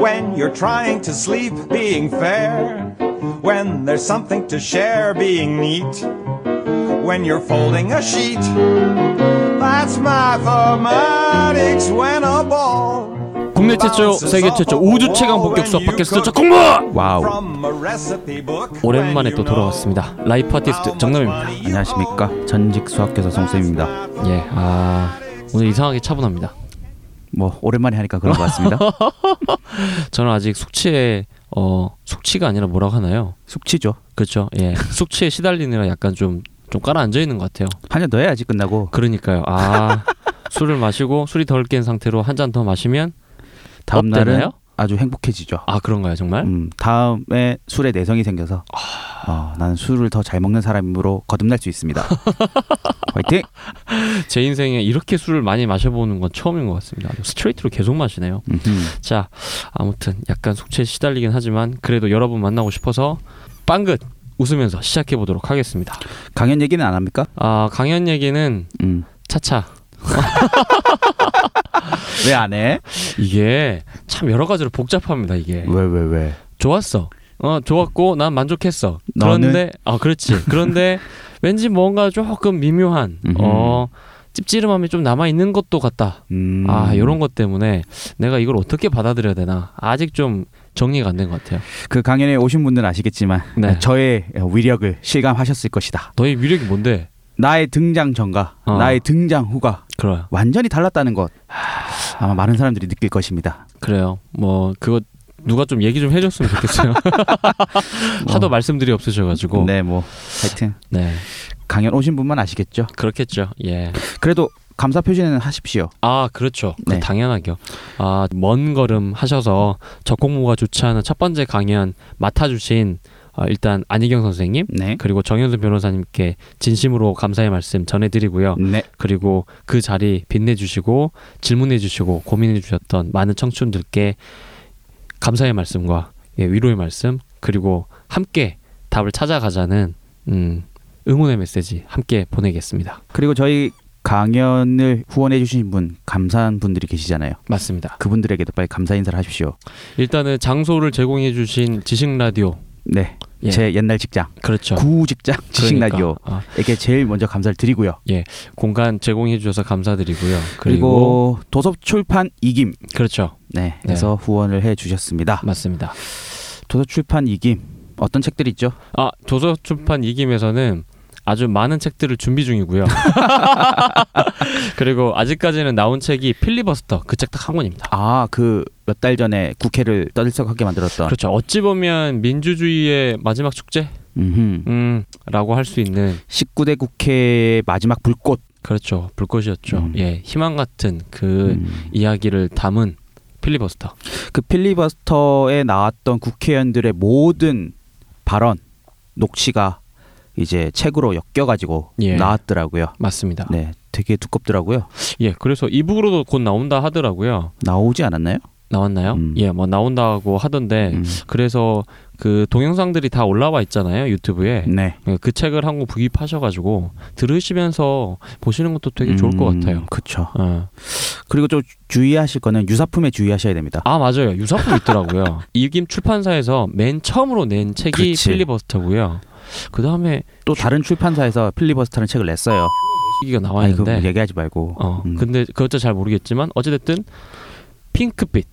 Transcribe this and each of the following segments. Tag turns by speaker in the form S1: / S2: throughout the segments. S1: when you're trying to sleep, being fair. When there's something to share, being neat. When you're folding a sheet. That's mathematics when a ball.
S2: 국내 최초, 세계 최초 우주 체감 본격 수업 팟캐스트 첫 공부! 와우.
S1: From a recipe book.
S2: 오랜만에 또 돌아왔습니다. 라이프 아티스트 정남입니다.
S3: 안녕하십니까 전직 수학교사 송쌤입니다.
S2: 예, 아 오늘 이상하게 차분합니다.
S3: 뭐 오랜만에 하니까 그런 것 같습니다.
S2: 저는 아직 숙취에 어 숙취가 아니라 뭐라고 하나요?
S3: 숙취죠.
S2: 그렇죠. 예, 숙취에 시달리느라 약간 좀 좀 깔아앉아 있는 것 같아요.
S3: 한 잔 더 해야지 끝나고
S2: 그러니까요. 아 술을 마시고 술이 덜 깬 상태로 한 잔 더 마시면
S3: 다음
S2: 업되나요?
S3: 날은 아주 행복해지죠.
S2: 아 그런가요 정말?
S3: 음, 다음에 술에 내성이 생겨서
S2: 아.
S3: 어, 나는 술을 더 잘 먹는 사람으로 거듭날 수 있습니다. 화이팅!
S2: 제 인생에 이렇게 술을 많이 마셔보는 건 처음인 것 같습니다. 아주 스트레이트로 계속 마시네요.
S3: 음흠.
S2: 자 아무튼 약간 숙취에 시달리긴 하지만 그래도 여러분 만나고 싶어서 빵긋 웃으면서 시작해 보도록 하겠습니다.
S3: 강연 얘기는 안 합니까?
S2: 아 강연 얘기는
S3: 음.
S2: 차차
S3: 왜 안 해?
S2: 이게 참 여러 가지로 복잡합니다 이게
S3: 왜 왜 왜?
S2: 좋았어 어 좋았고 난 만족했어
S3: 너는?
S2: 그런데 아 그렇지 그런데 왠지 뭔가 조금 미묘한
S3: 음흠.
S2: 어 찝찝함이 좀 남아 있는 것도 같다
S3: 음.
S2: 아 요런 것 때문에 내가 이걸 어떻게 받아들여야 되나 아직 좀 정리가 안 된 것 같아요
S3: 그 강연에 오신 분들은 아시겠지만
S2: 네.
S3: 저의 어, 위력을 실감하셨을 것이다.
S2: 너의 위력이 뭔데
S3: 나의 등장 전과,
S2: 어.
S3: 나의 등장 후가
S2: 그래요
S3: 완전히 달랐다는 것 아마 많은 사람들이 느낄 것입니다.
S2: 그래요. 뭐 그거 누가 좀 얘기 좀 해줬으면 좋겠어요. 하도 말씀들이 없으셔가지고. 네.
S3: 네, 뭐 하여튼 강연 오신 분만 아시겠죠.
S2: 그렇겠죠. 예.
S3: 그래도 감사 표시는 하십시오.
S2: 아 그렇죠. 그
S3: 네.
S2: 당연하죠. 아먼 걸음 하셔서 적공모가 주최하는 첫 번째 강연 맡아주신 어, 일단 안희경 선생님
S3: 네,
S2: 그리고 정현수 변호사님께 진심으로 감사의 말씀 전해드리고요.
S3: 네,
S2: 그리고 그 자리 빛내주시고 질문해주시고 고민해주셨던 많은 청춘들께 감사의 말씀과 예, 위로의 말씀 그리고 함께 답을 찾아가자는 음, 응원의 메시지 함께 보내겠습니다.
S3: 그리고 저희 강연을 후원해 주신 분 감사한 분들이 계시잖아요.
S2: 맞습니다.
S3: 그분들에게도 빨리 감사 인사를 하십시오.
S2: 일단은 장소를 제공해주신 지식 라디오
S3: 네,
S2: 예.
S3: 제 옛날 직장
S2: 그렇죠.
S3: 구 직장 지식
S2: 그러니까,
S3: 라디오에게
S2: 아,
S3: 제일 먼저 감사를 드리고요.
S2: 공간 제공해주셔서 감사드리고요. 그리고,
S3: 그리고, 도서 출판 이김
S2: 그렇죠.
S3: 네, 에서 후원을 해 주셨습니다.
S2: 맞습니다.
S3: 도서 출판 이김 어떤 책들이 있죠?
S2: 아 도서 출판 이김에서는 아주 많은 책들을 준비 중이고요. 그리고 아직까지는 나온 책이 필리버스터 그 책 딱 한 권입니다.
S3: 아, 그 몇 달 전에 국회를 떠들썩하게 만들었던.
S2: 그렇죠. 어찌 보면 민주주의의 마지막 축제?
S3: 음흠.
S2: 음라고 할 수 있는
S3: 19대 국회의 마지막 불꽃.
S2: 그렇죠 불꽃이었죠.
S3: 음.
S2: 예 희망 같은 그
S3: 음.
S2: 이야기를 담은 필리버스터.
S3: 그 필리버스터에 나왔던 국회의원들의 모든 발언 녹취가 이제 책으로 엮여가지고
S2: 예.
S3: 나왔더라고요.
S2: 맞습니다.
S3: 네, 되게 두껍더라고요.
S2: 예, 그래서 이북으로도 곧 나온다 하더라고요.
S3: 나오지 않았나요?
S2: 나왔나요?
S3: 음.
S2: 예, 뭐 나온다고 하던데
S3: 음.
S2: 그래서 그 동영상들이 다 올라와 있잖아요 유튜브에.
S3: 네.
S2: 예, 그 책을 한권 구입하셔가지고 들으시면서 보시는 것도 되게 좋을 것
S3: 음,
S2: 같아요.
S3: 그쵸.
S2: 예.
S3: 그리고 좀 주의하실 거는 유사품에 주의하셔야 됩니다.
S2: 아 맞아요 유사품 있더라고요. 이김 출판사에서 맨 처음으로 낸 책이
S3: 그렇지.
S2: 필리버스터고요. 그 다음에
S3: 또 다른 출판사에서 필리버스터라는 책을 냈어요.
S2: 시기가 나와
S3: 아니, 그거
S2: 있는데.
S3: 얘기하지 말고.
S2: 어
S3: 음.
S2: 근데 그것도 잘 모르겠지만 어찌됐든 핑크빛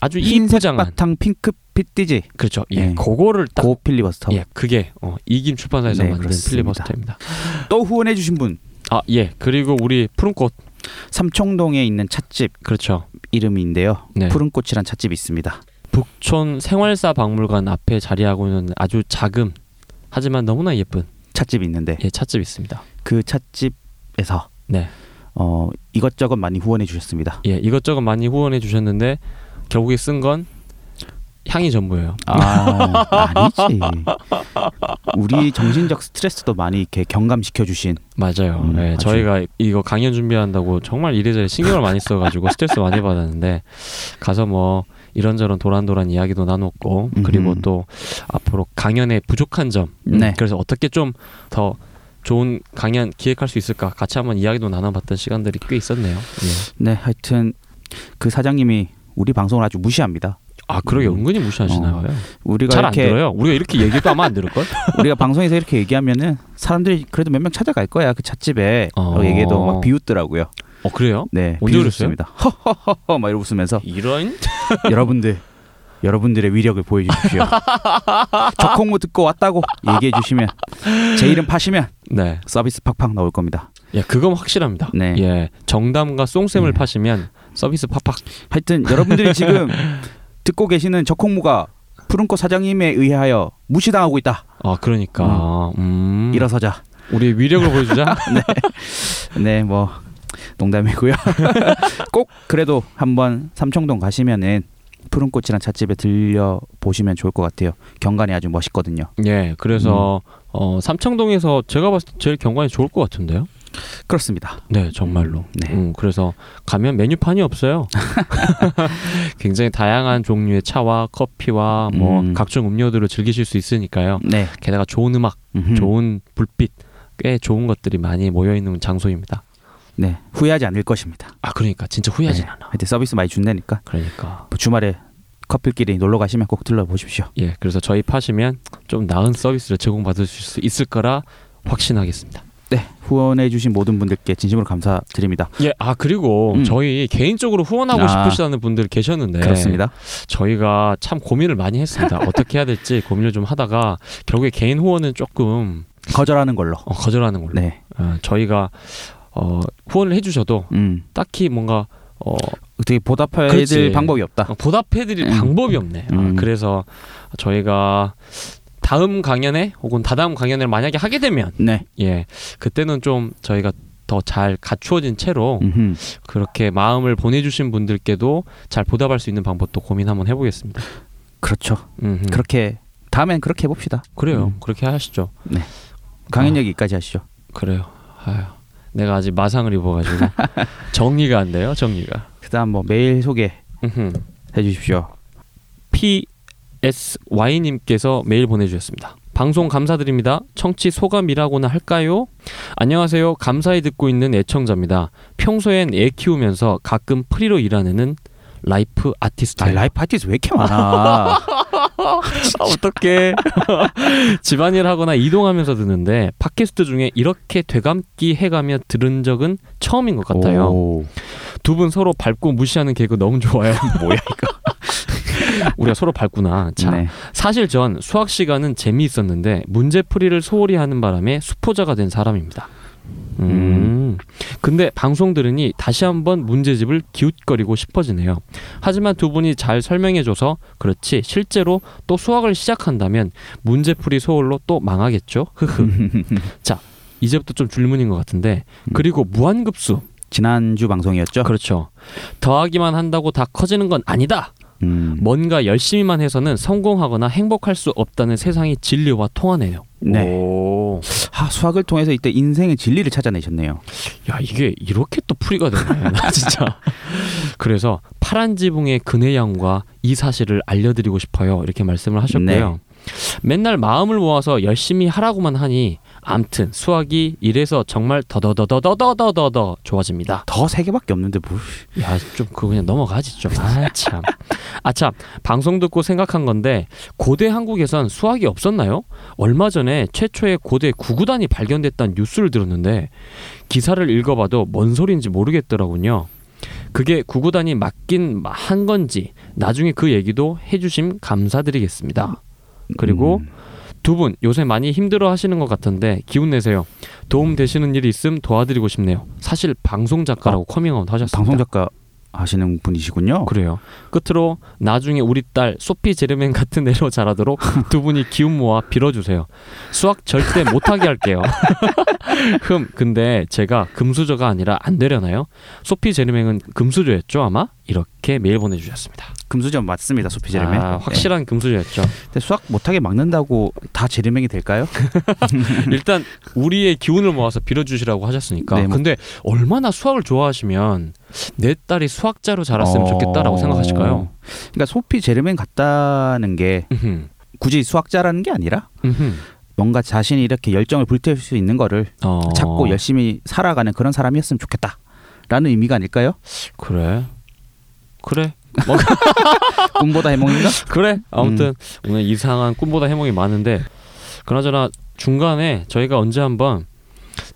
S2: 아주
S3: 흰색
S2: 이쁘장한
S3: 바탕 핑크빛 띠지.
S2: 그렇죠. 예,
S3: 네.
S2: 그거를 딱
S3: 고 필리버스터.
S2: 예, 그게 어, 이김 출판사에서
S3: 네,
S2: 만든
S3: 그렇습니다.
S2: 필리버스터입니다.
S3: 또 후원해 주신 분
S2: 아 예, 그리고 우리 푸른꽃
S3: 삼청동에 있는 찻집
S2: 그렇죠.
S3: 이름인데요.
S2: 네.
S3: 푸른꽃이란 찻집이 있습니다.
S2: 북촌 생활사 박물관 앞에 자리하고 있는 아주 작은 하지만 너무나 예쁜
S3: 찻집이 있는데
S2: 예 찻집 있습니다.
S3: 그 찻집에서
S2: 네.
S3: 어, 이것저것 많이 후원해 주셨습니다.
S2: 예 이것저것 많이 후원해 주셨는데 결국에 쓴 건 향이 전부예요.
S3: 아 아니지. 우리 정신적 스트레스도 많이 이렇게 경감시켜 주신
S2: 맞아요.
S3: 음,
S2: 예,
S3: 아주-
S2: 저희가 이거 강연 준비한다고 정말 이래저래 신경을 많이 써가지고 스트레스 많이 받았는데 가서 뭐 이런저런 도란도란 이야기도 나눴고 그리고
S3: 음흠.
S2: 또 앞으로 강연의 부족한 점 음,
S3: 네.
S2: 그래서 어떻게 좀 더 좋은 강연 기획할 수 있을까 같이 한번 이야기도 나눠봤던 시간들이 꽤 있었네요. 예.
S3: 네 하여튼 그 사장님이 우리 방송을 아주 무시합니다.
S2: 아 그러게
S3: 음.
S2: 은근히 무시하시나
S3: 어,
S2: 봐요.
S3: 우리가
S2: 잘 안
S3: 이렇게
S2: 들어요. 우리가 이렇게 얘기도 아마 안 들을 걸.
S3: 우리가 방송에서 이렇게 얘기하면은 사람들이 그래도 몇 명 찾아갈 거야 그 찻집에
S2: 어.
S3: 라고 얘기해도 막 비웃더라고요.
S2: 어 그래요?
S3: 네,
S2: 언제
S3: 비웃습니다. 허허허허 막 이러고 웃으면서
S2: 이런
S3: 여러분들 여러분들의 위력을 보여주십시오. 적콩무 듣고 왔다고 얘기해 주시면 제 이름 파시면
S2: 네.
S3: 서비스 팍팍 나올 겁니다.
S2: 예, 그건 확실합니다.
S3: 네.
S2: 예. 정담과 송쌤을
S3: 네.
S2: 파시면 서비스 팍팍.
S3: 하여튼 여러분들이 지금 듣고 계시는 적콩무가 푸른꽃 사장님에 의하여 무시당하고 있다.
S2: 아, 그러니까. 음.
S3: 일어서자.
S2: 우리 위력을 보여주자.
S3: 네, 뭐 농담이고요. 꼭 그래도 한번 삼청동 가시면은 푸른꽃이란 찻집에 들려 보시면 좋을 것 같아요. 경관이 아주 멋있거든요.
S2: 예. 그래서 어, 삼청동에서 제가 봤을 때 제일 경관이 좋을 것 같은데요.
S3: 그렇습니다.
S2: 네, 정말로.
S3: 네.
S2: 음, 그래서 가면 메뉴판이 없어요. 굉장히 다양한 종류의 차와 커피와 뭐
S3: 음.
S2: 각종 음료들을 즐기실 수 있으니까요.
S3: 네,
S2: 게다가 좋은 음악,
S3: 음흠.
S2: 좋은 불빛, 꽤 좋은 것들이 많이 모여 있는 장소입니다.
S3: 네 후회하지 않을 것입니다.
S2: 아, 그러니까 진짜 후회하진
S3: 네,
S2: 않아.
S3: 하여튼 서비스 많이 준다니까
S2: 그러니까.
S3: 뭐 주말에 커플끼리 놀러 가시면 꼭 들러보십시오.
S2: 예, 그래서 저희 파시면 좀 나은 서비스를 제공받으실 수 있을 거라 확신하겠습니다.
S3: 네, 후원해주신 모든 분들께 진심으로 감사드립니다.
S2: 예, 아 그리고
S3: 음.
S2: 저희 개인적으로 후원하고
S3: 아.
S2: 싶으시다는 분들 계셨는데
S3: 그렇습니다.
S2: 저희가 참 고민을 많이 했습니다. 어떻게 해야 될지 고민을 좀 하다가 결국에 개인 후원은 조금
S3: 거절하는 걸로.
S2: 어, 거절하는 걸로.
S3: 네,
S2: 어, 저희가 어, 후원을 해주셔도
S3: 음
S2: 딱히 뭔가 어,
S3: 어떻게 보답해야
S2: 그렇지.
S3: 될 방법이 없다.
S2: 어, 보답해드릴
S3: 음.
S2: 방법이 없네. 아,
S3: 음.
S2: 그래서 저희가 다음 강연에 혹은 다다음 강연을 만약에 하게 되면
S3: 네,
S2: 예, 그때는 좀 저희가 더 잘 갖추어진 채로
S3: 음흠.
S2: 그렇게 마음을 보내주신 분들께도 잘 보답할 수 있는 방법도 고민 한번 해보겠습니다.
S3: 그렇죠.
S2: 음,
S3: 그렇게 다음엔 그렇게 해봅시다.
S2: 그래요.
S3: 음.
S2: 그렇게 하시죠.
S3: 강연
S2: 아.
S3: 얘기까지 하시죠.
S2: 그래요. 아유, 내가 아직 마상을 입어가지고 정리가 안 돼요. 정리가.
S3: 그다음 뭐 메일 소개해
S2: 음흠.
S3: 주십시오.
S2: PSY님께서 메일 보내주셨습니다. 방송 감사드립니다. 청취 소감이라고나 할까요? 안녕하세요. 감사히 듣고 있는 애청자입니다. 평소엔 애 키우면서 가끔 프리로 일하는 라이프 아티스트.
S3: 아, 라이프 파티스 왜 이렇게 많아?
S2: 아, 어떡해. 집안일 하거나 이동하면서 듣는데 팟캐스트 중에 이렇게 되감기 해가며 들은 적은 처음인 것 같아요.
S3: 오.
S2: 두 분 서로 밟고 무시하는 개그 너무 좋아요. 뭐야 이거. 우리가 서로 밟구나. 자,
S3: 네.
S2: 사실 전 수학 시간은 재미있었는데 문제 풀이를 소홀히 하는 바람에 수포자가 된 사람입니다. 음. 근데 방송 들으니 다시 한번 문제집을 기웃거리고 싶어지네요. 하지만 두 분이 잘 설명해줘서 그렇지 실제로 또 수학을 시작한다면 문제풀이 소홀로 또 망하겠죠. 흐흐. 자 이제부터 좀 질문인 것 같은데 그리고 무한급수
S3: 지난주 방송이었죠.
S2: 그렇죠. 더하기만 한다고 다 커지는 건 아니다.
S3: 음.
S2: 뭔가 열심히만 해서는 성공하거나 행복할 수 없다는 세상의 진리와 통하네요.
S3: 네.
S2: 오.
S3: 아, 수학을 통해서 이때 인생의 진리를 찾아내셨네요.
S2: 야 이게 이렇게 또 풀이가 되네. 나 진짜. 그래서 파란 지붕의 그네 양과 이 사실을 알려드리고 싶어요. 이렇게 말씀을 하셨고요. 맨날 마음을 모아서 열심히 하라고만 하니 암튼 수학이 이래서 정말 더더더더더더더더 좋아집니다.
S3: 더 세 개밖에 없는데 뭐, 뭘?
S2: 야 좀 그거 그냥 넘어가지 좀. 아 참. 아 참 방송 듣고 생각한 건데 고대 한국에선 수학이 없었나요? 얼마 전에 최초의 고대 구구단이 발견됐다는 뉴스를 들었는데 기사를 읽어봐도 뭔 소리인지 모르겠더라군요. 그게 구구단이 맞긴 한 건지 나중에 그 얘기도 해주심 감사드리겠습니다. 그리고
S3: 음.
S2: 두 분 요새 많이 힘들어 하시는 것 같은데 기운 내세요. 도움 되시는 일이 있음 도와드리고 싶네요. 사실 방송 작가라고 커밍아웃 하셨습니다.
S3: 방송 작가 하시는 분이시군요.
S2: 그래요. 끝으로 나중에 우리 딸 소피 제르맹 같은 애로 자라도록 두 분이 기운 모아 빌어주세요. 수학 절대 못하게 할게요. 흠, 근데 제가 금수저가 아니라 안 되려나요? 소피 제르맹은 금수저였죠 아마? 이렇게 메일 보내주셨습니다.
S3: 금수저 맞습니다. 소피 제르멘.
S2: 아, 확실한 금수저였죠.
S3: 네. 근데 수학 못하게 막는다고 다 제르맹이 될까요?
S2: 일단 우리의 기운을 모아서 빌어주시라고 하셨으니까.
S3: 네, 뭐-
S2: 근데 얼마나 수학을 좋아하시면 내 딸이 수학자로 자랐으면 좋겠다라고
S3: 어.
S2: 생각하실까요?
S3: 그러니까 소피 제르맹 같다는 게
S2: 음흠,
S3: 굳이 수학자라는 게 아니라
S2: 음흠.
S3: 뭔가 자신이 이렇게 열정을 불태울 수 있는 거를
S2: 어.
S3: 찾고 열심히 살아가는 그런 사람이었으면 좋겠다. 라는 의미가 아닐까요?
S2: 그래. 음. 그래.
S3: 꿈보다 해몽인가?
S2: 그래. 아무튼 오늘 이상한 꿈보다 해몽이 많은데 그나저나 중간에 저희가 언제 한번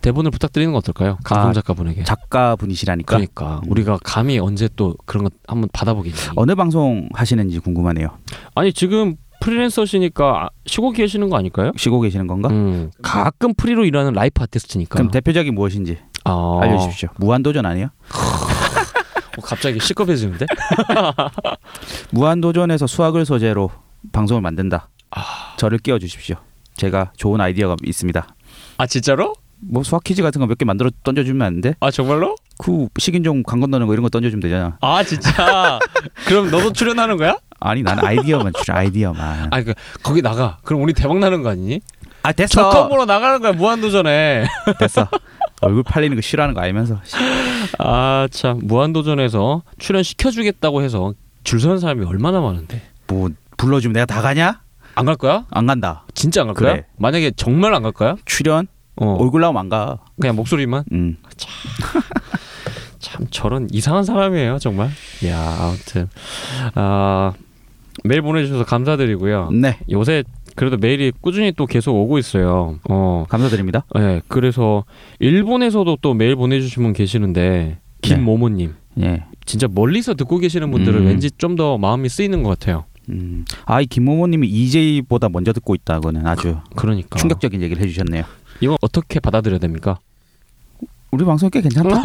S2: 대본을 부탁드리는 건 어떨까요?
S3: 아,
S2: 감성 작가분에게.
S3: 작가분이시라니까.
S2: 네. 그러니까 우리가 감히 언제 또 그런 거 한번 받아보겠니?
S3: 어느 방송 하시는지 궁금하네요.
S2: 아니 지금 프리랜서시니까 아- 쉬고 계시는 거 아닐까요?
S3: 쉬고 계시는 건가?
S2: 음, 네. 가끔 프리로 일하는 라이프 아티스트니까.
S3: 그럼 대표작이 무엇인지
S2: 아,
S3: 알려주십시오. 무한도전 아니에요?
S2: 어, 갑자기 시끄러워지는데?
S3: 무한도전에서 수학을 소재로 방송을 만든다. 저를 끼워 주십시오. 제가 좋은 아이디어가 있습니다.
S2: 아 진짜로?
S3: 뭐 수학 퀴즈 같은 거 몇 개 만들어 던져주면 안 돼?
S2: 아 정말로?
S3: 그 식인종 강 건너는 거 이런 거 던져주면 되잖아.
S2: 아 진짜? 그럼 너도 출연하는 거야?
S3: 아니 난 아이디어만 주라 아이디어만.
S2: 아니 그 거기 나가. 그럼 우리 대박 나는 거 아니니?
S3: 아
S2: 저컴보러 나가는 거야 무한도전에.
S3: 됐어. 얼굴 팔리는 거 싫어하는 거 알면서
S2: 아 참 무한도전에서 출연 시켜주겠다고 해서 줄 서는 사람이 얼마나 많은데
S3: 뭐 불러주면 내가 다 가냐?
S2: 안 갈 거야?
S3: 안 간다.
S2: 진짜 안 갈 거야?
S3: 그래.
S2: 만약에 정말 안 갈 거야?
S3: 출연
S2: 어
S3: 얼굴 나오면 안 가.
S2: 그냥 목소리만
S3: 음.
S2: 참 저런 이상한 사람이에요 정말. 야 아무튼 아 메일 보내주셔서 감사드리고요.
S3: 네.
S2: 요새 그래도 메일이 꾸준히 또 계속 오고 있어요. 어,
S3: 감사드립니다.
S2: 예, 그래서 일본에서도 또 메일 보내주신 분 계시는데 김모모님
S3: 예.
S2: 진짜 멀리서 듣고 계시는 분들은
S3: 음.
S2: 왠지 좀 더 마음이 쓰이는 것 같아요.
S3: 음. 아이 김모모님이 EJ보다 먼저 듣고 있다고는 아주
S2: 그러니까
S3: 충격적인 얘기를 해주셨네요.
S2: 이건 어떻게 받아들여야 됩니까?
S3: 우리 방송 꽤 괜찮다.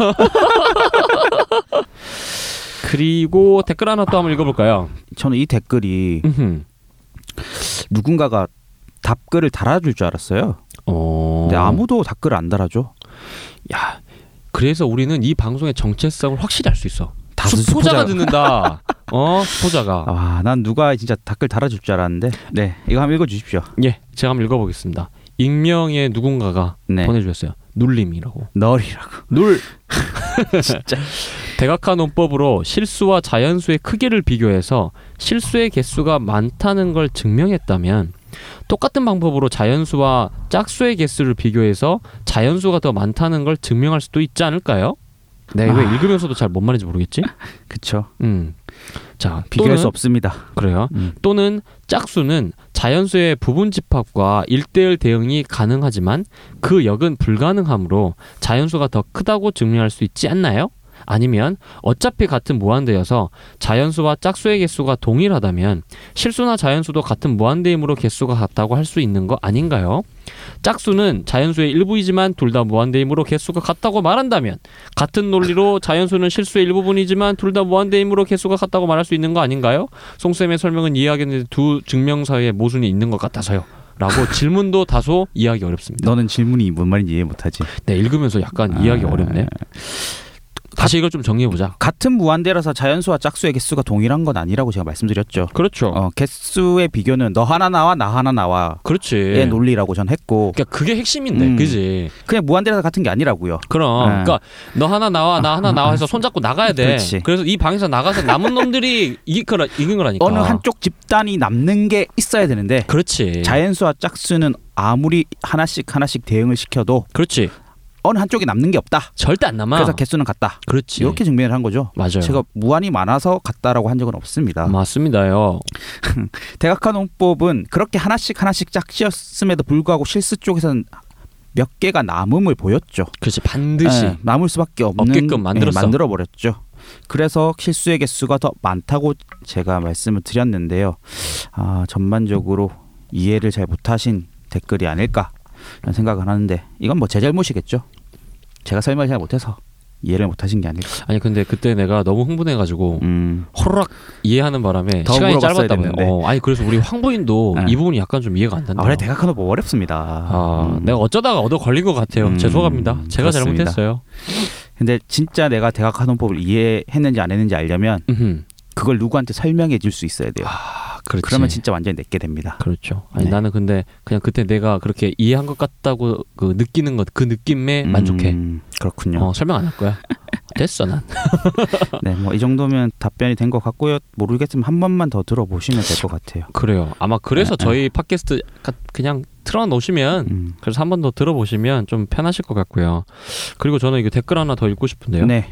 S2: 그리고 댓글 하나 또 한번 읽어볼까요?
S3: 저는 이 댓글이
S2: 음흠.
S3: 누군가가 답글을 달아줄 줄 알았어요.
S2: 어...
S3: 근데 아무도 답글을 안 달아줘.
S2: 야, 그래서 우리는 이 방송의 정체성을 확실히 알 수 있어.
S3: 다
S2: 스포자가
S3: 스포자가-
S2: 듣는다. 어, 스포자가.
S3: 아, 난 누가 진짜 댓글 달아줄 줄 알았는데. 네, 이거 한번 읽어주십시오.
S2: 예, 제가 한번 읽어보겠습니다. 익명의 누군가가
S3: 네.
S2: 보내주셨어요. 눌림이라고.
S3: 널이라고.
S2: 눌.
S3: 진짜.
S2: 대각화 논법으로 실수와 자연수의 크기를 비교해서 실수의 개수가 많다는 걸 증명했다면 똑같은 방법으로 자연수와 짝수의 개수를 비교해서 자연수가 더 많다는 걸 증명할 수도 있지 않을까요? 내가 왜
S3: 아.
S2: 네, 읽으면서도 잘 뭔 말인지 모르겠지?
S3: 그쵸.
S2: 음. 자,
S3: 비교할
S2: 또는-
S3: 수 없습니다.
S2: 그래요.
S3: 음.
S2: 또는 짝수는 자연수의 부분 집합과 일대일 대응이 가능하지만 그 역은 불가능하므로 자연수가 더 크다고 증명할 수 있지 않나요? 아니면 어차피 같은 무한대여서 자연수와 짝수의 개수가 동일하다면 실수나 자연수도 같은 무한대이므로 개수가 같다고 할 수 있는 거 아닌가요? 짝수는 자연수의 일부이지만 둘 다 무한대이므로 개수가 같다고 말한다면 같은 논리로 자연수는 실수의 일부분이지만 둘 다 무한대이므로 개수가 같다고 말할 수 있는 거 아닌가요? 송쌤의 설명은 이해하겠는데 두 증명 사이에 모순이 있는 것 같아서요. 라고 질문도 다소 이해하기 어렵습니다.
S3: 너는 질문이 뭔 말인지 이해 못하지.
S2: 네, 읽으면서 약간 이해하기
S3: 아.
S2: 어렵네. 다시 이걸 좀 정리해 보자.
S3: 같은 무한대라서 자연수와 짝수의 개수가 동일한 건 아니라고 제가 말씀드렸죠.
S2: 그렇죠.
S3: 어, 개수의 비교는 너 하나 나와 나 하나 나와의
S2: 그렇지.
S3: 논리라고 전 했고
S2: 그러니까 그게 핵심인데,
S3: 예, 음.
S2: 그지?
S3: 그냥 무한대라서 같은 게 아니라고요.
S2: 그럼,
S3: 네.
S2: 그러니까 너 하나 나와, 나 하나 나와 해서 손잡고 나가야 돼.
S3: 그렇지.
S2: 래서이 방에서 나가서 남은 놈들이 이긴 거라 이긴 거라니까.
S3: 어느 한쪽 집단이 남는 게 있어야 되는데
S2: 그렇지.
S3: 자연수와 짝수는 아무리 하나씩 하나씩 대응을 시켜도
S2: 그렇지.
S3: 어느 한쪽이 남는 게 없다.
S2: 절대 안 남아.
S3: 그래서 개수는 같다.
S2: 그렇지.
S3: 이렇게 증명을 한 거죠.
S2: 맞아요.
S3: 제가 무한이 많아서 같다라고 한 적은 없습니다.
S2: 맞습니다요.
S3: 대각화 논법은 그렇게 하나씩 하나씩 짝지었음에도 불구하고 실수 쪽에서는 몇 개가 남음을 보였죠.
S2: 그렇지. 반드시.
S3: 예, 남을 수밖에 없는
S2: 네.
S3: 예,
S2: 없게끔 만들었어.
S3: 만들어 버렸죠. 그래서 실수의 개수가 더 많다고 제가 말씀을 드렸는데요. 아, 전반적으로 이해를 잘 못하신 댓글이 아닐까 이런 생각을 하는데 이건 뭐 제 잘못이겠죠. 제가 설명을 잘 못해서 이해를 못하신 게 아닐까.
S2: 아니 근데 그때 내가 너무 흥분해가지고
S3: 음,
S2: 호락 이해하는 바람에
S3: 더
S2: 시간이
S3: 물어봤어야
S2: 짧았다면
S3: 됐는데.
S2: 어, 아니 그래서 우리 황보인도
S3: 네.
S2: 이 부분이 약간 좀 이해가 안
S3: 아,
S2: 된다.
S3: 원래 대각화는 뭐 어렵습니다.
S2: 아,
S3: 음.
S2: 내가 어쩌다가 얻어 걸린 것 같아요.
S3: 음,
S2: 죄송합니다. 제가
S3: 그렇습니다.
S2: 잘못했어요.
S3: 근데 진짜 내가 대각화 논법을 이해했는지 안 했는지 알려면
S2: 음흠.
S3: 그걸 누구한테 설명해 줄 수 있어야 돼요.
S2: 아, 그렇지.
S3: 그러면 진짜 완전히 내게 됩니다.
S2: 그렇죠. 아니
S3: 네.
S2: 나는 근데 그냥 그때 내가 그렇게 이해한 것 같다고 그 느끼는 것 그 느낌에
S3: 음,
S2: 만족해.
S3: 그렇군요.
S2: 어, 설명 안 할 거야. 됐어 난.
S3: 네, 뭐 이 정도면 답변이 된 것 같고요. 모르겠으면 한 번만 더 들어보시면 될 것 같아요.
S2: 그래요. 아마 그래서 저희 팟캐스트 가- 그냥 틀어 놓으시면
S3: 네, 음.
S2: 그래서 한 번 더 들어보시면 좀 편하실 것 같고요. 그리고 저는 이거 댓글 하나 더 읽고 싶은데요.
S3: 네.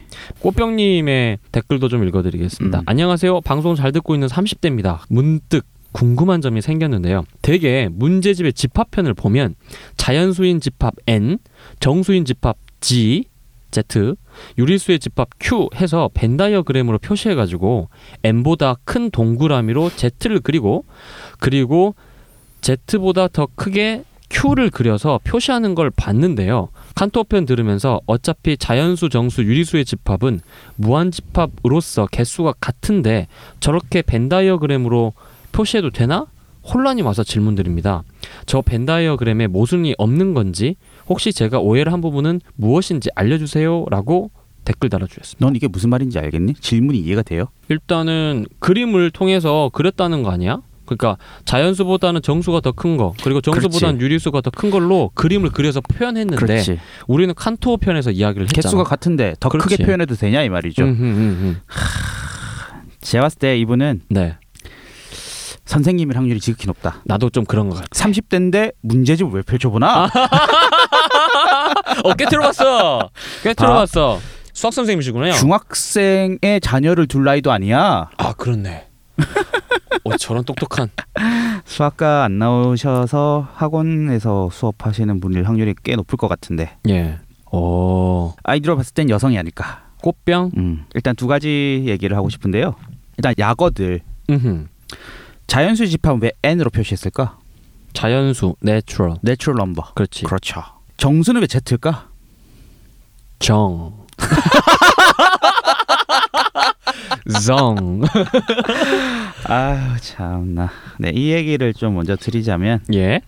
S2: 꽃병님의 댓글도 좀 읽어드리겠습니다.
S3: 음.
S2: 안녕하세요. 방송 잘 듣고 있는 30대입니다. 문득 궁금한 점이 생겼는데요. 대개 문제집의 집합편을 보면 자연수인 집합 N, 정수인 집합 G, Z, 유리수의 집합 Q 해서 벤다이어그램으로 표시해가지고 N보다 큰 동그라미로 Z를 그리고 그리고 Z보다 더 크게 Q를 그려서 표시하는 걸 봤는데요. 칸토편 들으면서 어차피 자연수, 정수, 유리수의 집합은 무한집합으로서 개수가 같은데 저렇게 벤다이어그램으로 표시해도 되나? 혼란이 와서 질문드립니다. 저 벤다이어그램에 모순이 없는 건지 혹시 제가 오해를 한 부분은 무엇인지 알려주세요라고 댓글 달아주셨습니다.
S3: 넌 이게 무슨 말인지 알겠니? 질문이 이해가 돼요?
S2: 일단은 그림을 통해서 그렸다는 거 아니야? 그러니까 자연수보다는 정수가 더 큰 거, 그리고 정수보다는 유리수가 더 큰 걸로 그림을 그려서 표현했는데
S3: 그렇지.
S2: 우리는 칸토 편에서 이야기를 했잖아.
S3: 개수가 같은데 더
S2: 그렇지.
S3: 크게 표현해도 되냐 이 말이죠.
S2: 음, 음, 음, 음.
S3: 제가 봤을 때 이분은
S2: 네,
S3: 선생님일 확률이 지극히 높다.
S2: 나도 좀 그런 것 같아.
S3: 30대인데 문제집을 왜 펼쳐보나?
S2: 어, 깨트려봤어. 깨트려봤어. 수학 선생님이시군요.
S3: 중학생의 자녀를 둘 나이도 아니야.
S2: 아 그렇네. 어 저런 똑똑한.
S3: 수학과 안 나오셔서 학원에서 수업하시는 분일 확률이 꽤 높을 것 같은데
S2: 예. 어
S3: 아이디로 봤을 땐 여성이 아닐까.
S2: 꽃병.
S3: 음, 일단 두 가지 얘기를 하고 싶은데요. 일단 약어들
S2: 음.
S3: 자연수 집합은 왜 n으로 표시했을까?
S2: 자연수. 내추럴.
S3: 내추럴 넘버.
S2: 그렇지.
S3: 그렇죠. 정수는 왜 z일까?
S2: 정. 정.
S3: 아유 참나. 네, 이 얘기를 좀 먼저 드리자면
S2: 예.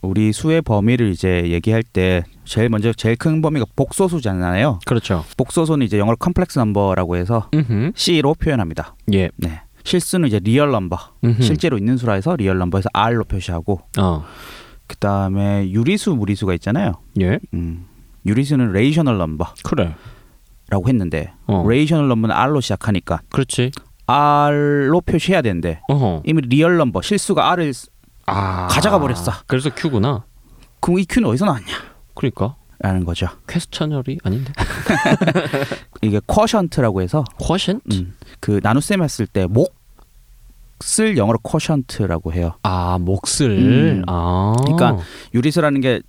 S3: 우리 수의 범위를 이제 얘기할 때 제일 먼저 제일 큰 범위가 복소수잖아요.
S2: 그렇죠.
S3: 복소수는 이제 영어로 컴플렉스 넘버라고 해서
S2: 음.
S3: C로 표현합니다.
S2: 예.
S3: 네. 실수는 이제 리얼 넘버.
S2: 음흠.
S3: 실제로 있는 수라 해서 리얼 넘버에서 R로 표시하고
S2: 어.
S3: 그다음에 유리수 무리수가 있잖아요.
S2: 예.
S3: 음. 유리수는 레이셔널 넘버라고
S2: 그래.
S3: 했는데
S2: 어.
S3: 레이셔널 넘버는 R로 시작하니까
S2: 그렇지.
S3: R로 표시해야 되는데
S2: 어허.
S3: 이미 리얼 넘버 실수가 R을
S2: 아.
S3: 가져가 버렸어.
S2: 그래서 Q구나.
S3: 그럼 이 Q는 어디서 나왔냐?
S2: 그러니까.
S3: 라는 거죠.
S2: 퀘스천열이 아닌데.
S3: 이게 쿼션트라고 해서
S2: 쿼션?
S3: 음, 그 나눗셈 했을 때 몫을 영어로 쿼션트라고 해요.
S2: 아 몫을
S3: 음.
S2: 아
S3: 그러니까 유리수라는 게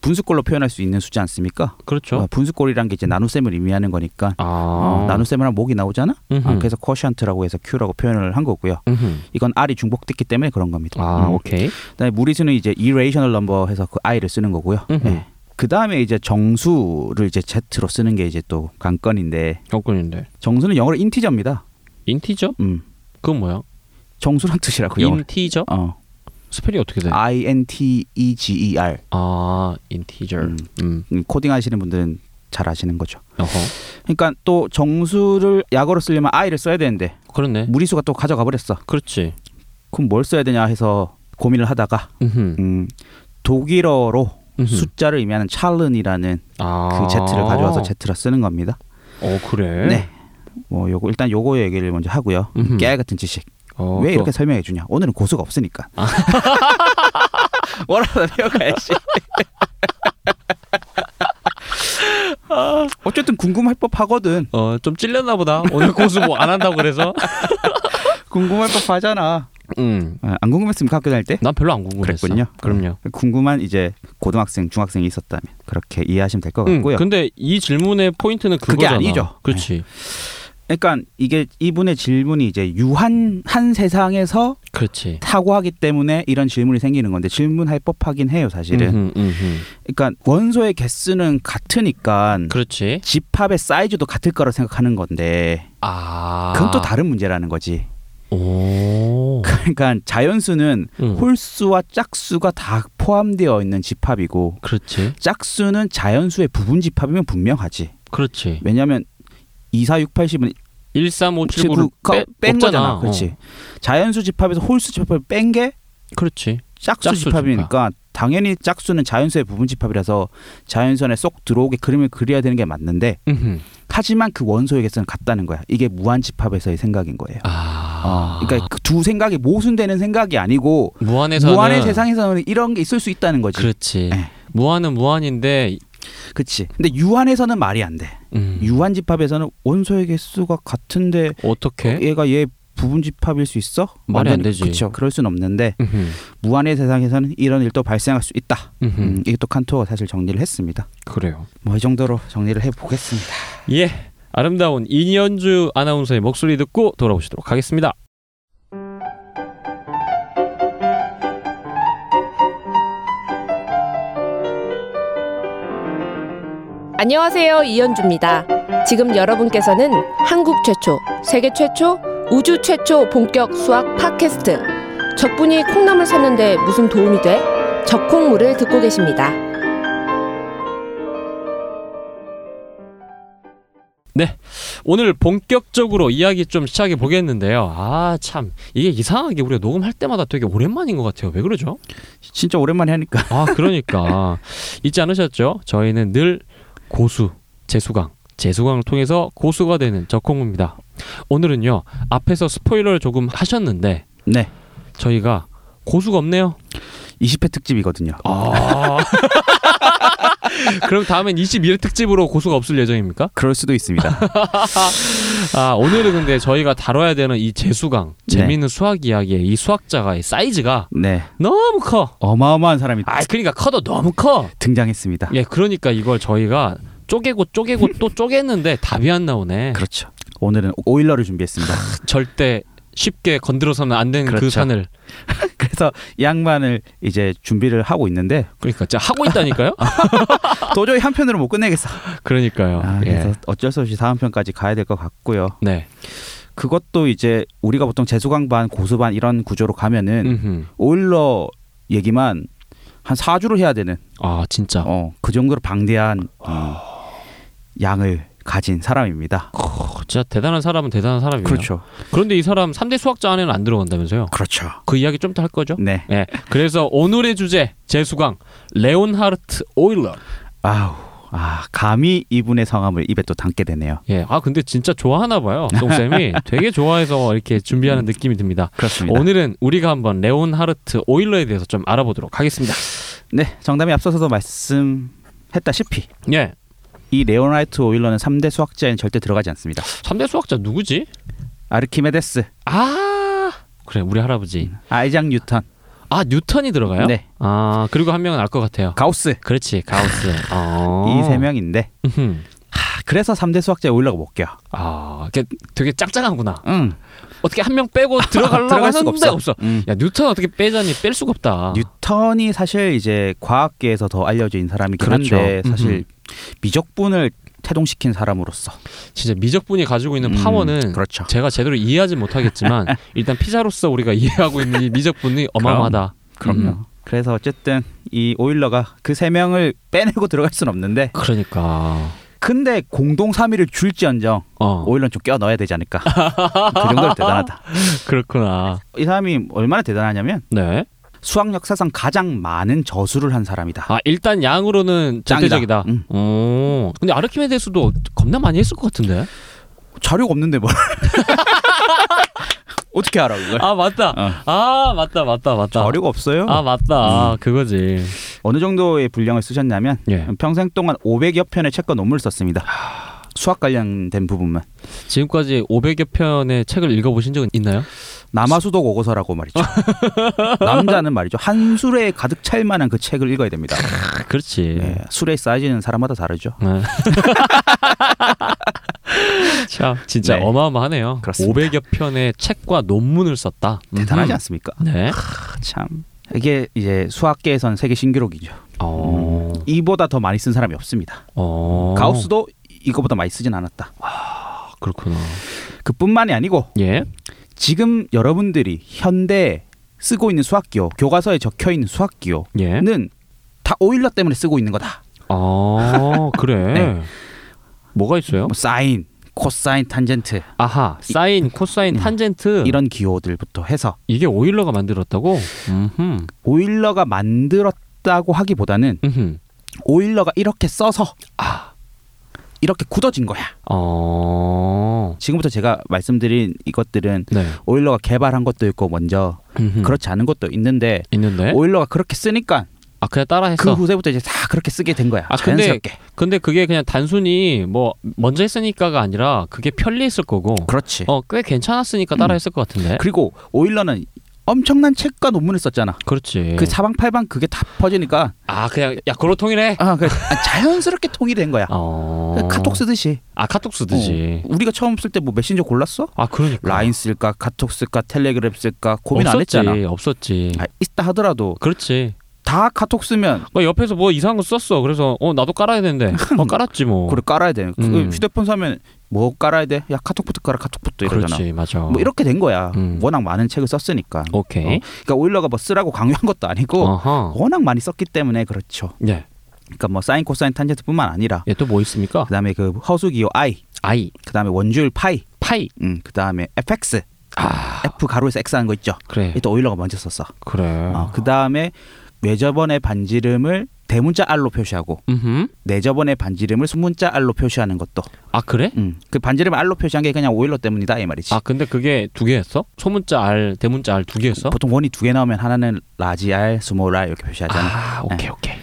S3: 분수꼴로 표현할 수 있는 수지 않습니까?
S2: 그렇죠
S3: 어, 분수꼴이란 게 이제 나눗셈을 의미하는 거니까
S2: 아
S3: 어, 나눗셈을 하면 목이 나오잖아.
S2: 음흠.
S3: 아, 그래서 쿼션트라고 해서 Q라고 표현을 한 거고요.
S2: 음흠.
S3: 이건 R이 중복됐기 때문에 그런 겁니다.
S2: 아
S3: 음.
S2: 오케이
S3: 그다음에 무리수는 이제 irrational number 해서 그 I를 쓰는 거고요.
S2: 음흠.
S3: 예. 그다음에 이제 정수를 이제 Z로 쓰는 게 이제 또 관건인데
S2: 여건인데
S3: 정수는 영어로 인티저입니다.
S2: 인티저
S3: 음.
S2: 그건 뭐야
S3: 정수란 뜻이라고 그 영어.
S2: 인티저
S3: 어.
S2: 스펠이 어떻게 돼? 아,
S3: I N T E G E R
S2: 인티저 음.
S3: 음. 음, 코딩 하시는 분들은 잘 아시는 거죠.
S2: 어허
S3: 그러니까 또 정수를 약어로 쓰려면 i를 써야 되는데
S2: 그렇네
S3: 무리수가 또 가져가 버렸어.
S2: 그렇지
S3: 그럼 뭘 써야 되냐 해서 고민을 하다가
S2: 음흠.
S3: 음, 독일어로
S2: 음흠.
S3: 숫자를 의미하는 찰른이라는
S2: 아.
S3: 그 z를 가져와서 z라 쓰는 겁니다.
S2: 어 그래
S3: 네. 뭐 요거 일단 요거 얘기를 먼저 하고요.
S2: 음흠.
S3: 깨알 같은 지식.
S2: 어,
S3: 왜
S2: 좋아.
S3: 이렇게 설명해 주냐? 오늘은 고수가 없으니까. 아. 뭐라도 배워가야지. 어쨌든 궁금할 법하거든.
S2: 어, 좀 찔렸나 보다. 오늘 고수 뭐 안 한다고 그래서.
S3: 궁금할 법하잖아.
S2: 음.
S3: 아, 안 궁금했습니까 학교 다닐 때?
S2: 난 별로 안 궁금했어.
S3: 그랬군요. 음.
S2: 그럼요.
S3: 궁금한 이제 고등학생, 중학생이 있었다면 그렇게 이해하시면 될 것
S2: 음,
S3: 같고요.
S2: 근데 이 질문의 포인트는
S3: 그게
S2: 그거잖아.
S3: 아니죠. 네.
S2: 그렇지.
S3: 그러니까 이게 이분의 질문이 이제 유한한 세상에서
S2: 그렇지.
S3: 사고하기 때문에 이런 질문이 생기는 건데 질문할 법하긴 해요, 사실은.
S2: 음흠, 음흠.
S3: 그러니까 원소의 개수는 같으니까
S2: 그렇지.
S3: 집합의 사이즈도 같을 거라고 생각하는 건데
S2: 아.
S3: 그건 또 다른 문제라는 거지.
S2: 오.
S3: 그러니까 자연수는
S2: 음.
S3: 그 홀수와 짝수가 다 포함되어 있는 집합이고
S2: 그렇지.
S3: 짝수는 자연수의 부분 집합이면 분명하지.
S2: 그렇지.
S3: 왜냐하면 2, 4, 6, 8, 10은
S2: 1 3 5 7 9
S3: 9뺀 그 거잖아.
S2: 어.
S3: 그렇지. 자연수 집합에서 홀수 집합을 뺀 게
S2: 그렇지.
S3: 짝수,
S2: 짝수
S3: 집합이니까 당연히 짝수는 자연수의 부분 집합이라서 자연수 안에 쏙 들어오게 그림을 그려야 되는 게 맞는데
S2: 음흠.
S3: 하지만 그 원소의 개수는 같다는 거야. 이게 무한 집합에서의 생각인 거예요.
S2: 아. 아.
S3: 그러니까 그 두 생각이 모순되는 생각이 아니고
S2: 무한에서는
S3: 무한의 세상에서는 이런 게 있을 수 있다는 거지.
S2: 그렇지.
S3: 예.
S2: 무한은 무한인데
S3: 그치. 근데 유한에서는 말이 안 돼.
S2: 음,
S3: 유한 집합에서는 원소의 개수가 같은데
S2: 어떻게?
S3: 얘가 얘 부분 집합일 수 있어?
S2: 말이 안
S3: 완전히-
S2: 되지.
S3: 그쵸. 그럴 순 없는데
S2: 음흠,
S3: 무한의 세상에서는 이런 일도 발생할 수 있다.
S2: 음흠.
S3: 음, 이게 또 칸토가 사실 정리를 했습니다.
S2: 그래요.
S3: 뭐 이 정도로 정리를 해보겠습니다.
S2: 예, 아름다운 이현주 아나운서의 목소리 듣고 돌아오시도록 하겠습니다.
S4: 안녕하세요. 이현주입니다. 지금 여러분께서는 한국 최초, 세계 최초, 우주 최초 본격 수학 팟캐스트. 적분이 콩나물 샀는데 무슨 도움이 돼? 적콩물을 듣고 계십니다.
S2: 오늘 본격적으로 이야기 좀 시작해 보겠는데요. 아, 참. 이게 이상하게 우리가 녹음할 때마다 되게 오랜만인 것 같아요. 왜 그러죠?
S3: 진짜 오랜만에 하니까
S2: 아, 그러니까. 잊지 않으셨죠? 저희는 늘 고수, 재수강, 재수강을 통해서 고수가 되는 적콩입니다. 오늘은요, 앞에서 스포일러를 조금 하셨는데,
S3: 네
S2: 저희가 고수가 없네요.
S3: 20회 특집이거든요.
S2: 아. 그럼 다음엔 21 특집으로 고수가 없을 예정입니까?
S3: 그럴 수도 있습니다.
S2: 아, 오늘은 근데 저희가 다뤄야 되는 이 재수강, 재미있는 수학 이야기에 이 수학자가 이 사이즈가
S3: 네
S2: 너무 커.
S3: 어마어마한 사람이
S2: 아, 그러니까 커도 너무 커.
S3: 등장했습니다.
S2: 예, 그러니까 이걸 저희가 쪼개고 쪼개고 또 쪼갰는데 답이 안 나오네.
S3: 그렇죠. 아, 오늘은 오일러를 준비했습니다.
S2: 절대 쉽게 건드려서는 안 되는 그렇죠. 그
S3: 그렇죠.
S2: 산을.
S3: 그래서 이 양반을 이제 준비를 하고 있는데
S2: 그러니까 진짜 하고 있다니까요.
S3: 도저히 한 편으로 못 끝내겠어.
S2: 그러니까요.
S3: 아,
S2: 예.
S3: 그래서 어쩔 수 없이 다음 편까지 가야 될 것 같고요.
S2: 네.
S3: 그것도 이제 우리가 보통 재수강 반, 고수 반 이런 구조로 가면은
S2: 음흠.
S3: 오일러 얘기만 한 4주를 해야 되는
S2: 아, 진짜.
S3: 어, 그 정도로 방대한 음, 양을 가진 사람입니다.
S2: 진짜 대단한 사람은 대단한 사람이에요. 그런데 이 사람 3대 수학자 안에는 안 들어간다면서요?
S3: 그렇죠.
S2: 그 이야기 좀 더 할 거죠?
S3: 네.
S2: 예. 그래서 오늘의 주제 재수강 레온하르트 오일러.
S3: 아우. 아, 감히 이분의 성함을 입에 또 담게 되네요.
S2: 예. 아 근데 진짜 좋아하나 봐요. 송쌤이 되게 좋아해서 이렇게 준비하는 느낌이 듭니다.
S3: 그렇습니다.
S2: 오늘은 우리가 한번 레온하르트 오일러에 대해서 좀 알아보도록 하겠습니다.
S3: 네, 정답이 앞서서도 말씀했다시피
S2: 예.
S3: 이 레오나이트 오일러는 3대 수학자에는 절대 들어가지 않습니다.
S2: 3대 수학자 누구지?
S3: 아르키메데스,
S2: 아. 그래. 우리 할아버지.
S3: 아이작 뉴턴,
S2: 아, 뉴턴이 들어가요?
S3: 네,
S2: 아, 그리고 한 명은 알 것 같아요.
S3: 가우스
S2: 그렇지. 가우스. 어.
S3: 이 세 명인데
S2: 음흠.
S3: 아, 그래서 3대 수학자에 오일러가 못 껴.
S2: 아, 이게 되게 짝짝한구나.
S3: 응,
S2: 어떻게 한 명 빼고 아, 들어가려고
S3: 들어갈 수가
S2: 하는데
S3: 없어.
S2: 없어.
S3: 음.
S2: 야 뉴턴 어떻게 빼자니 뺄 수가 없다.
S3: 뉴턴이 사실 이제 과학계에서 더 알려진 사람이긴
S2: 그렇죠.
S3: 한데 사실
S2: 음흠.
S3: 미적분을 태동시킨 사람으로서
S2: 진짜 미적분이 가지고 있는
S3: 음,
S2: 파워는
S3: 그렇죠.
S2: 제가 제대로 이해하지 못하겠지만 일단 피자로서 우리가 이해하고 있는 이 미적분이 어마어마하다.
S3: 그럼요.
S2: 음.
S3: 그래서 어쨌든 이 오일러가 그 세 명을 빼내고 들어갈 순 없는데
S2: 그러니까
S3: 근데 공동 3위를 줄지언정
S2: 어
S3: 오일러는 좀 껴 넣어야 되지 않을까. 그 정도로 대단하다.
S2: 그렇구나.
S3: 이 사람이 얼마나 대단하냐면
S2: 네.
S3: 수학 역사상 가장 많은 저수를 한 사람이다.
S2: 아 일단 양으로는 절대적이다.
S3: 짱이다. 음.
S2: 오. 근데 아르키메데스도 겁나 많이 했을 것 같은데.
S3: 자료가 없는데 뭘? 어떻게 알아 이걸?
S2: 아 맞다.
S3: 어.
S2: 아 맞다 맞다 맞다.
S3: 자료가 없어요.
S2: 아 맞다. 아, 그거지.
S3: 어느 정도의 분량을 쓰셨냐면
S2: 예.
S3: 평생 동안 500여 편의 책과 논문을 썼습니다. 수학 관련된 부분만
S2: 지금까지 500여 편의 책을 읽어보신 적은 있나요?
S3: 남아수도 고고서라고 말이죠. 남자는 말이죠 한 수레에 가득 찰 만한 그 책을 읽어야 됩니다.
S2: 아, 그렇지.
S3: 예, 수레의 사이즈는 사람마다 다르죠.
S2: 네. 참 진짜
S3: 네.
S2: 어마어마하네요.
S3: 그렇습니다.
S2: 500여 편의 책과 논문을 썼다.
S3: 대단하지
S2: 음.
S3: 않습니까?
S2: 네.
S3: 아, 참 이게 이제 수학계에선 세계 신기록이죠.
S2: 어.
S3: 이보다 더 많이 쓴 사람이 없습니다.
S2: 어.
S3: 가우스도 이거보다 많이 쓰진 않았다.
S2: 아, 그렇구나.
S3: 그뿐만이 아니고
S2: 예.
S3: 지금 여러분들이 현대 쓰고 있는 수학기호 교과서에 적혀 있는 수학기호
S2: 예.
S3: 는 다 오일러 때문에 쓰고 있는 거다.
S2: 아 그래.
S3: 네.
S2: 뭐가 있어요?
S3: 뭐 사인, 코사인, 탄젠트
S2: 아하 사인, 코사인,
S3: 음.
S2: 탄젠트
S3: 이런 기호들부터 해서
S2: 이게 오일러가 만들었다고? 음.
S3: 오일러가 만들었다고 하기보다는
S2: 음. 아.
S3: 오일러가 이렇게 써서 이렇게 굳어진 거야.
S2: 어.
S3: 지금부터 제가 말씀드린 이것들은
S2: 네.
S3: 오일러가 개발한 것도 있고 먼저
S2: 음.
S3: 그렇지 않은 것도 있는데
S2: 있는데.
S3: 오일러가 그렇게 쓰니까
S2: 아 그냥 따라했어.
S3: 그 후세부터 이제 다 그렇게 쓰게 된 거야.
S2: 아, 근데-
S3: 자연스럽게.
S2: 근데 그게 그냥 단순히 뭐 먼저 했으니까가 아니라 그게 편리했을 거고.
S3: 그렇지. 음.
S2: 어 네. 꽤 괜찮았으니까 따라했을 것 같은데.
S3: 그리고 오일러는 엄청난 책과 논문을 썼잖아.
S2: 그, 렇지
S3: 그 사방팔방 그게 다 퍼지니까
S2: 아 그냥 야 그걸로 통일해.
S3: 아, 그래. 아, 자연스럽게 통일된 거야.
S2: 어.
S3: 그 카톡 쓰듯이
S2: 아 카톡 쓰듯이.
S3: 우리가 처음 쓸 때 뭐 메신저 골랐어?
S2: 아 그러니까.
S3: 라인 쓸까 카톡 쓸까 텔레그램 쓸까 고민 안
S2: 없었지,
S3: 했잖아.
S2: 없었지.
S3: 아, 있다 하더라도
S2: 그렇지.
S3: 다 카톡 쓰면
S2: 막 옆에서 뭐 이상한 거 썼어. 그래서 어 나도 깔아야 되는데. 어 깔았지 뭐.
S3: 그걸 깔아야 돼. 그
S2: 음.
S3: 휴대폰 사면 뭐 깔아야 돼? 야 카톡부터 깔아 카톡부터 이러잖아.
S2: 그렇지 맞아.
S3: 뭐 이렇게 된 거야.
S2: 어. 음.
S3: 워낙 많은 책을 썼으니까.
S2: 오케이.
S3: 어, 그러니까 오일러가 뭐 쓰라고 강요한 것도 아니고
S2: 어허.
S3: 워낙 많이 썼기 때문에 그렇죠.
S2: 예.
S3: 그러니까 뭐 사인 코사인 탄젠트뿐만 아니라
S2: 예, 또 뭐 있습니까?
S3: 그다음에 그 허수기호 i,
S2: 아이,
S3: 그다음에 원주율 파이,
S2: 파이.
S3: 음, 그다음에 fx,
S2: 아,
S3: f 가로에서 x 하는 거 있죠.
S2: 그래.
S3: 이또 오일러가 먼저 썼어.
S2: 그래.
S3: 어, 그 다음에 외접원의 반지름을 대문자 R로 표시하고
S2: 음.
S3: 내접원의 반지름을 수문자 R로 표시하는 것도
S2: 아, 그래?
S3: 음. 그 반지름 R로 표시한 게 그냥 오일러 때문이다 이 말이지
S2: 아, 근데 그게 두 개였어? 소문자 R, 대문자 R 두 개였어?
S3: 보통 원이 두 개 나오면 하나는 라지 R, 스몰 R 이렇게 표시하잖아
S2: 아, 오케이, 오케이.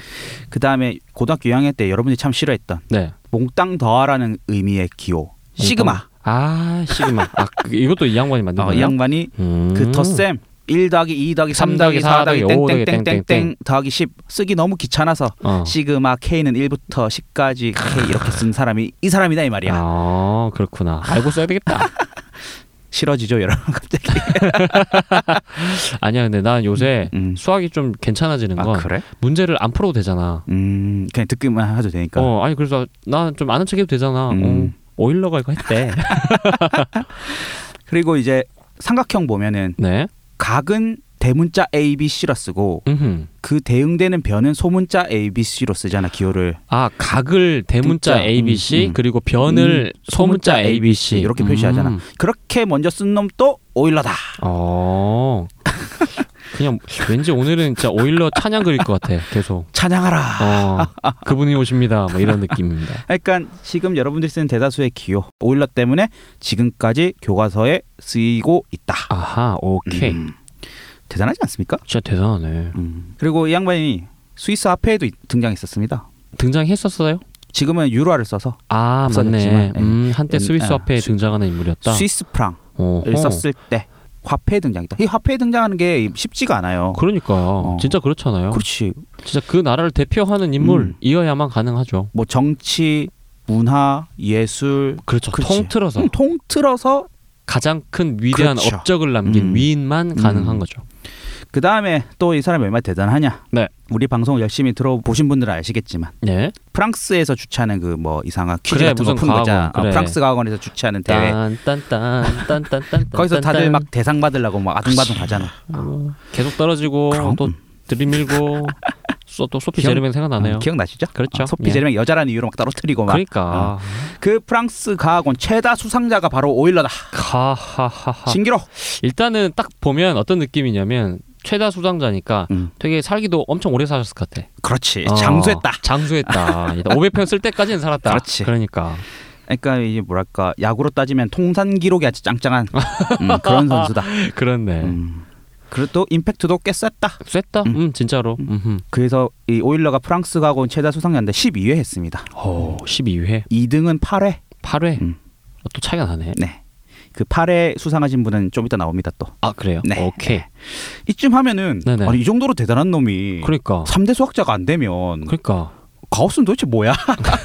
S3: 그 다음에 고등학교 2학년 때 여러분이 참 싫어했던
S2: 네.
S3: 몽땅 더하라는 의미의 기호 시그마
S2: 아, 시그마. 아, 그, 이것도 이 양반이 만든
S3: 어,
S2: 거야?
S3: 이 양반이
S2: 음.
S3: 그 덧셈 1 더하기 2 더하기 3 더하기 4 더하기
S2: 오 더하기
S3: 땡땡땡땡땡 더하기 10 쓰기 너무 귀찮아서
S2: 어.
S3: 시그마 K는 1부터 10까지 K 이렇게 쓴 사람이 이 사람이다 이 말이야.
S2: 아, 그렇구나. 알고 써야 되겠다.
S3: 싫어지죠
S2: 네.
S3: 여러분 갑자기.
S2: 아니야, 근데 난 요새
S3: 음.
S2: 수학이 좀 괜찮아지는 건
S3: 아 그래?
S2: 문제를 안 풀어도 되잖아.
S3: 음 그냥 듣기만 해도 되니까.
S2: 어, 아니 그래서 나 좀 아는 척해도 되잖아.
S3: 그러니까. 음.
S2: 어, 오일러가 이거 했대.
S3: 그리고 이제 삼각형 보면은
S2: 네.
S3: 각은 대문자 A B C로 쓰고
S2: 음.
S3: 그 대응되는 변은 소문자 A B C로 쓰잖아 기호를.
S2: 아 각을 대문자
S3: 문자,
S2: ABC
S3: 음, 음.
S2: 그리고 변을
S3: 음,
S2: 소문자 ABC
S3: 이렇게 표시하잖아.
S2: 음.
S3: 그렇게 먼저 쓴 놈도 오일러다.
S2: 어. 그냥 왠지 오늘은 진짜 오일러 찬양 그릴 것 같아. 계속.
S3: 찬양하라.
S2: 어. 그분이 오십니다. 뭐 이런 느낌입니다.
S3: 그러니까 지금 여러분들이 쓰는 대다수의 기호 오일러 때문에 지금까지 교과서에 쓰이고 있다.
S2: 아하. 오케이.
S3: 음. 대단하지 않습니까?
S2: 진짜 대단하네.
S3: 그리고 이 양반이 스위스 화폐에도 등장했었습니다.
S2: 등장했었어요?
S3: 지금은 유로화를 써서
S2: 아 맞네.
S3: 없어졌지만, 예.
S2: 음 한때
S3: 음,
S2: 스위스
S3: 아,
S2: 화폐에
S3: 스-
S2: 등장하는 인물이었다.
S3: 스위스 프랑을
S2: 어허.
S3: 썼을 때 화폐에 등장했다. 이 화폐에 등장하는 게 쉽지가 않아요.
S2: 그러니까 요
S3: 어.
S2: 진짜 그렇잖아요.
S3: 그렇지. 음.
S2: 진짜 그 나라를 대표하는 인물이어야만 가능하죠.
S3: 뭐 정치, 문화, 예술
S2: 그렇죠.
S3: 그렇지.
S2: 통틀어서
S3: 음, 통틀어서
S2: 가장 큰 위대한
S3: 그렇죠.
S2: 업적을 남긴
S3: 음.
S2: 위인만 가능한 거죠.
S3: 그 다음에 또 이 사람이 얼마나 대단하냐.
S2: 네.
S3: 우리 방송 열심히 들어보신 분들은 아시겠지만
S2: 네.
S3: 프랑스에서 주최하는 그 뭐 이상한 퀴즈
S2: 그래,
S3: 같은 거
S2: 무슨
S3: 푸는 거잖아.
S2: 과학원,
S3: 어,
S2: 그래. 아,
S3: 프랑스 과학원에서 주최하는 대회.
S2: 딴딴딴딴딴딴
S3: 거기서 다들 막 대상 받으려고 막 아등바등 가잖아.
S2: 계속 떨어지고
S3: 그럼.
S2: 또 들이밀고 소- 또 소피
S3: 기억-
S2: 제르맹 생각나네요.
S3: 어, 기억나시죠?
S2: 그렇죠.
S3: 어, 소피
S2: 예.
S3: 제르맹 여자라는 이유로 막 떨어뜨리고 막.
S2: 그러니까
S3: 그 프랑스 과학원 최다 수상자가 바로 오일러다.
S2: 하하하하.
S3: 신기록.
S2: 일단은 딱 보면 어떤 느낌이냐면 최다 수상자니까
S3: 음.
S2: 되게 살기도 엄청 오래 사셨을 것 같아.
S3: 그렇지.
S2: 어,
S3: 장수했다.
S2: 장수했다. 일단 500편 쓸 때까지는 살았다.
S3: 그렇지.
S2: 그러니까
S3: 그러니까 이제 뭐랄까 야구로 따지면 통산 기록이 아주 짱짱한 음, 그런 선수다.
S2: 그렇네.
S3: 음. 그리고 또 임팩트도 꽤 셌다.
S2: 쐈다? 음,
S3: 음.
S2: 진짜로. 음.
S3: 그래서 이 오일러가 프랑스 과학원 최다 수상자인데 12회 했습니다.
S2: 오, 12회,
S3: 2등은 8회.
S2: 8회.
S3: 음.
S2: 뭐 어, 또 차이가 나네.
S3: 네. 그 8회 수상하신 분은 좀 이따 나옵니다 또.
S2: 아 그래요?
S3: 네.
S2: 오케이.
S3: 이쯤 하면은
S2: 네네.
S3: 아니 이 정도로 대단한 놈이
S2: 그러니까.
S3: 3대 수학자가 안 되면
S2: 그러니까
S3: 가우스는 도대체 뭐야?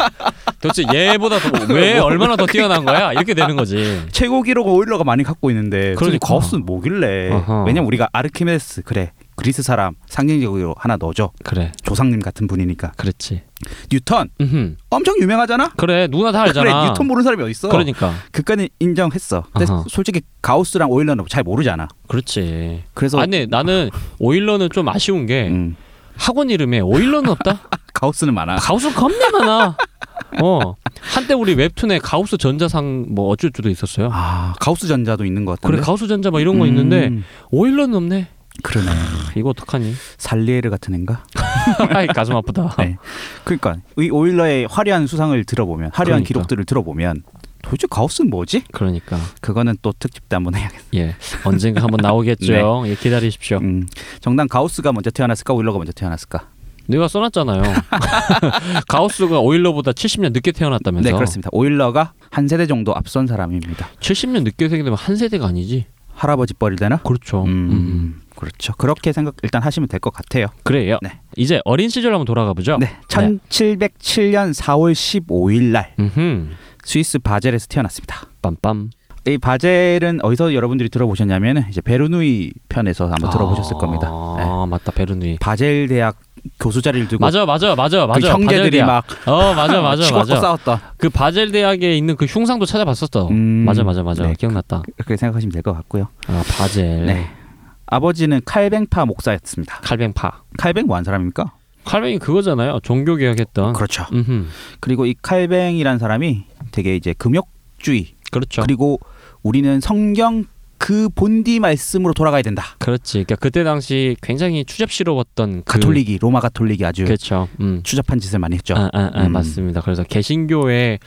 S2: 도대체 얘보다 더, 왜
S3: 뭐?
S2: 얼마나 더 뛰어난 거야? 이렇게 되는 거지.
S3: 최고 기록은 오일러가 많이 갖고 있는데 도대체
S2: 그러니까.
S3: 가우스는 뭐길래
S2: 아하.
S3: 왜냐면 우리가 아르키메데스 그래 그리스 사람 상징적으로 하나 넣어줘
S2: 그래,
S3: 조상님 같은 분이니까
S2: 그렇지.
S3: 뉴턴
S2: 음,
S3: 엄청 유명하잖아
S2: 그래 누나 다
S3: 그래
S2: 알잖아.
S3: 뉴턴 모르는 사람이 어딨어
S2: 러니까
S3: 그까지 인정했어 근데
S2: 아하.
S3: 솔직히 가우스랑 오일러는 잘 모르잖아
S2: 그렇지.
S3: 그래서
S2: 아니 나는 오일러는 좀 아쉬운 게
S3: 음,
S2: 학원 이름에 오일러는 없다.
S3: 가우스는 많아
S2: 가우스 겁내 많아. 어 한때 우리 웹툰에 가우스 전자상 뭐 어쩔줄도 있었어요.
S3: 아 가우스 전자도 있는 것 같은데
S2: 그래 가우스 전자 막 이런 거 있는데
S3: 음,
S2: 오일러는 없네.
S3: 그러네
S2: 이거 어떡하니?
S3: 살리에르 같은 애인가
S2: 아이, 가슴 아프다.
S3: 네. 그러니까 이 오일러의 화려한 수상을 들어보면 화려한
S2: 그러니까.
S3: 기록들을 들어보면 도대체 가우스는 뭐지?
S2: 그러니까
S3: 그거는 또 특집 때 한번 해야겠어.
S2: 예 언젠가 한번 나오겠죠.
S3: 네.
S2: 예, 기다리십시오.
S3: 음, 정당 가우스가 먼저 태어났을까 오일러가 먼저 태어났을까?
S2: 내가 써놨잖아요. 가우스가 오일러보다 70년 늦게 태어났다면서?
S3: 네 그렇습니다. 오일러가 한 세대 정도 앞선 사람입니다.
S2: 70년 늦게 생기면 한 세대가 아니지.
S3: 할아버지 뻘이 되나?
S2: 그렇죠.
S3: 음,
S2: 음.
S3: 그렇죠. 그렇게 생각 일단 하시면 될 것 같아요.
S2: 그래요.
S3: 네.
S2: 이제 어린 시절 한번 돌아가 보죠.
S3: 네, 1707년 4월 15일 날
S2: 음흠.
S3: 스위스 바젤에서 태어났습니다.
S2: 빰빰.
S3: 이 바젤은 어디서 여러분들이 들어보셨냐면 이제 베르누이 편에서 아마 들어보셨을
S2: 아,
S3: 겁니다. 네.
S2: 맞다. 베르누이.
S3: 바젤 대학 교수 자리를 두고
S2: 맞아, 맞아, 맞아, 맞아.
S3: 그 형제들이
S2: 바젤대학.
S3: 막
S2: 어, 맞아, 맞아,
S3: 치고
S2: 맞아.
S3: 싸웠다.
S2: 그 바젤 대학에 있는 그 흉상도 찾아봤었어.
S3: 음.
S2: 맞아, 맞아, 맞아.
S3: 네,
S2: 기억났다.
S3: 그렇게 생각하시면 될 것 같고요.
S2: 아, 바젤.
S3: 네. 아버지는 칼뱅파 목사였습니다.
S2: 칼뱅파.
S3: 칼뱅 뭐한 사람입니까?
S2: 칼뱅이 그거잖아요. 종교 개혁했던.
S3: 그렇죠.
S2: 음흠.
S3: 그리고 이 칼뱅이라는 사람이 되게 이제 금욕주의
S2: 그렇죠.
S3: 그리고 우리는 성경 그 본디 말씀으로 돌아가야 된다.
S2: 그렇지. 그러니까 그때 당시 굉장히 추잡스러웠던 그,
S3: 가톨릭이 로마 가톨릭이 아주
S2: 그렇죠. 음.
S3: 추잡한 짓을 많이 했죠.
S2: 아, 아, 아,
S3: 음.
S2: 맞습니다. 그래서 개신교의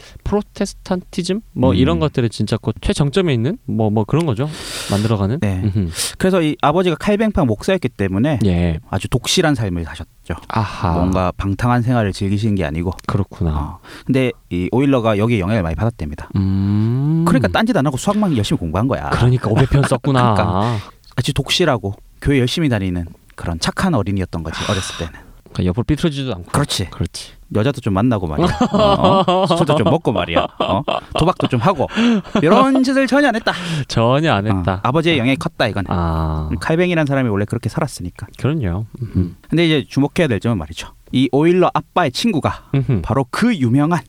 S2: 프로테스탄티즘 뭐
S3: 음.
S2: 이런 것들을 진짜 그 최정점에 있는 뭐 뭐 그런 거죠. 만들어가는.
S3: 네.
S2: 음흠.
S3: 그래서 이 아버지가 칼뱅파 목사였기 때문에
S2: 예.
S3: 아주 독실한 삶을 사셨죠.
S2: 아하.
S3: 뭔가 방탕한 생활을 즐기시는 게 아니고.
S2: 그렇구나.
S3: 어. 근데 이 오일러가 여기에 영향을 많이 받았답니다.
S2: 음.
S3: 그러니까 딴짓 안 하고 수학만 열심히 공부한 거야.
S2: 그러니까 500편 썼구나. 그러니까.
S3: 아주 독실하고 교회 열심히 다니는 그런 착한 어린이였던 거지 어렸을 때는.
S2: 그러니까 옆으로 삐뚤어지도 않고.
S3: 그렇지.
S2: 그렇지.
S3: 여자도 좀 만나고 말이야. 어, 어? 술도 좀 먹고 말이야. 어? 도박도 좀 하고 이런 짓을 전혀 안 했다.
S2: 전혀 안 했다.
S3: 어, 아버지의 영향이 컸다 이건.
S2: 아.
S3: 칼뱅이라는 사람이 원래 그렇게 살았으니까.
S2: 그럼요. 음.
S3: 근데 이제 주목해야 될 점은 말이죠. 이 오일러 아빠의 친구가
S2: 음흠.
S3: 바로 그 유명한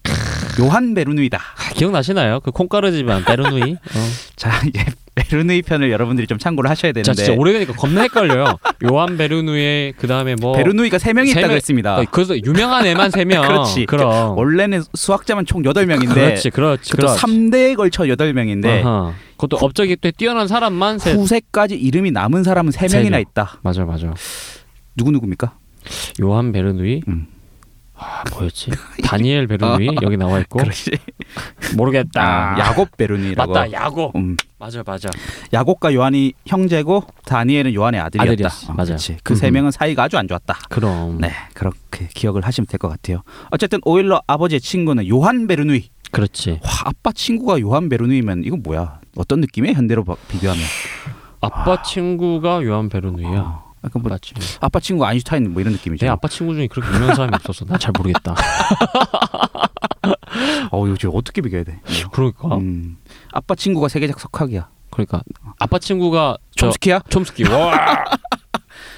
S3: 요한 베르누이다.
S2: 아, 기억나시나요? 그 콩가루 집안 베르누이. 어.
S3: 자 이제 베르누이 편을 여러분들이 좀 참고를 하셔야
S2: 자,
S3: 되는데
S2: 진짜 오래되니까 겁나 헷갈려요. 요한 베르누이 그다음에 뭐
S3: 베르누이가 세 명이
S2: 세
S3: 있다고
S2: 명-
S3: 했습니다.
S2: 아, 그래서 유명한 애만 세 명.
S3: 그렇지.
S2: 그럼.
S3: 원래는 수학자만 총 여덟 명인데
S2: 그렇지, 그렇지,
S3: 그것도
S2: 그렇지.
S3: 3대에 걸쳐 여덟 명인데
S2: 아하. 그것도 업적이 또 뛰어난 사람만 세.
S3: 후세까지 이름이 남은 사람은 세
S2: 세
S3: 명이나
S2: 명.
S3: 있다.
S2: 맞아, 맞아.
S3: 누구 누구입니까?
S2: 요한 베르누이.
S3: 음. 아.
S2: 아 뭐였지? 다니엘 베르누이 여기 나와 있고
S3: 그렇지. 아,
S2: 모르겠다.
S3: 야곱 베르누이라고.
S2: 맞다, 야고.
S3: 음,
S2: 맞아, 맞아.
S3: 야곱과 요한이 형제고 다니엘은 요한의 아들이었다.
S2: 아들이었어, 음. 맞아.
S3: 그세
S2: 음.
S3: 명은 사이가 아주 안 좋았다.
S2: 그럼.
S3: 네, 그렇게 기억을 하시면 될 것 같아요. 어쨌든 오일러 아버지의 친구는 요한 베르누이.
S2: 그렇지.
S3: 와, 아빠 친구가 요한 베르누이면 이건 뭐야? 어떤 느낌이에요? 현대로 봐- 비교하면.
S2: 아빠 친구가 요한 베르누이야.
S3: 아, 약간 뭐
S2: 아빠 친구.
S3: 아빠 친구 아인슈타인 뭐 이런 느낌이죠.
S2: 내 아빠 친구 중에 그렇게 유명한 사람이 없었어. 나 잘 모르겠다.
S3: 어, 요즘 어떻게 비교해야 돼?
S2: 그러니까.
S3: 음, 아빠 친구가 세계적 석학이야.
S2: 그러니까 아빠 친구가 저
S3: 촘스키야?
S2: 촘스키. 와.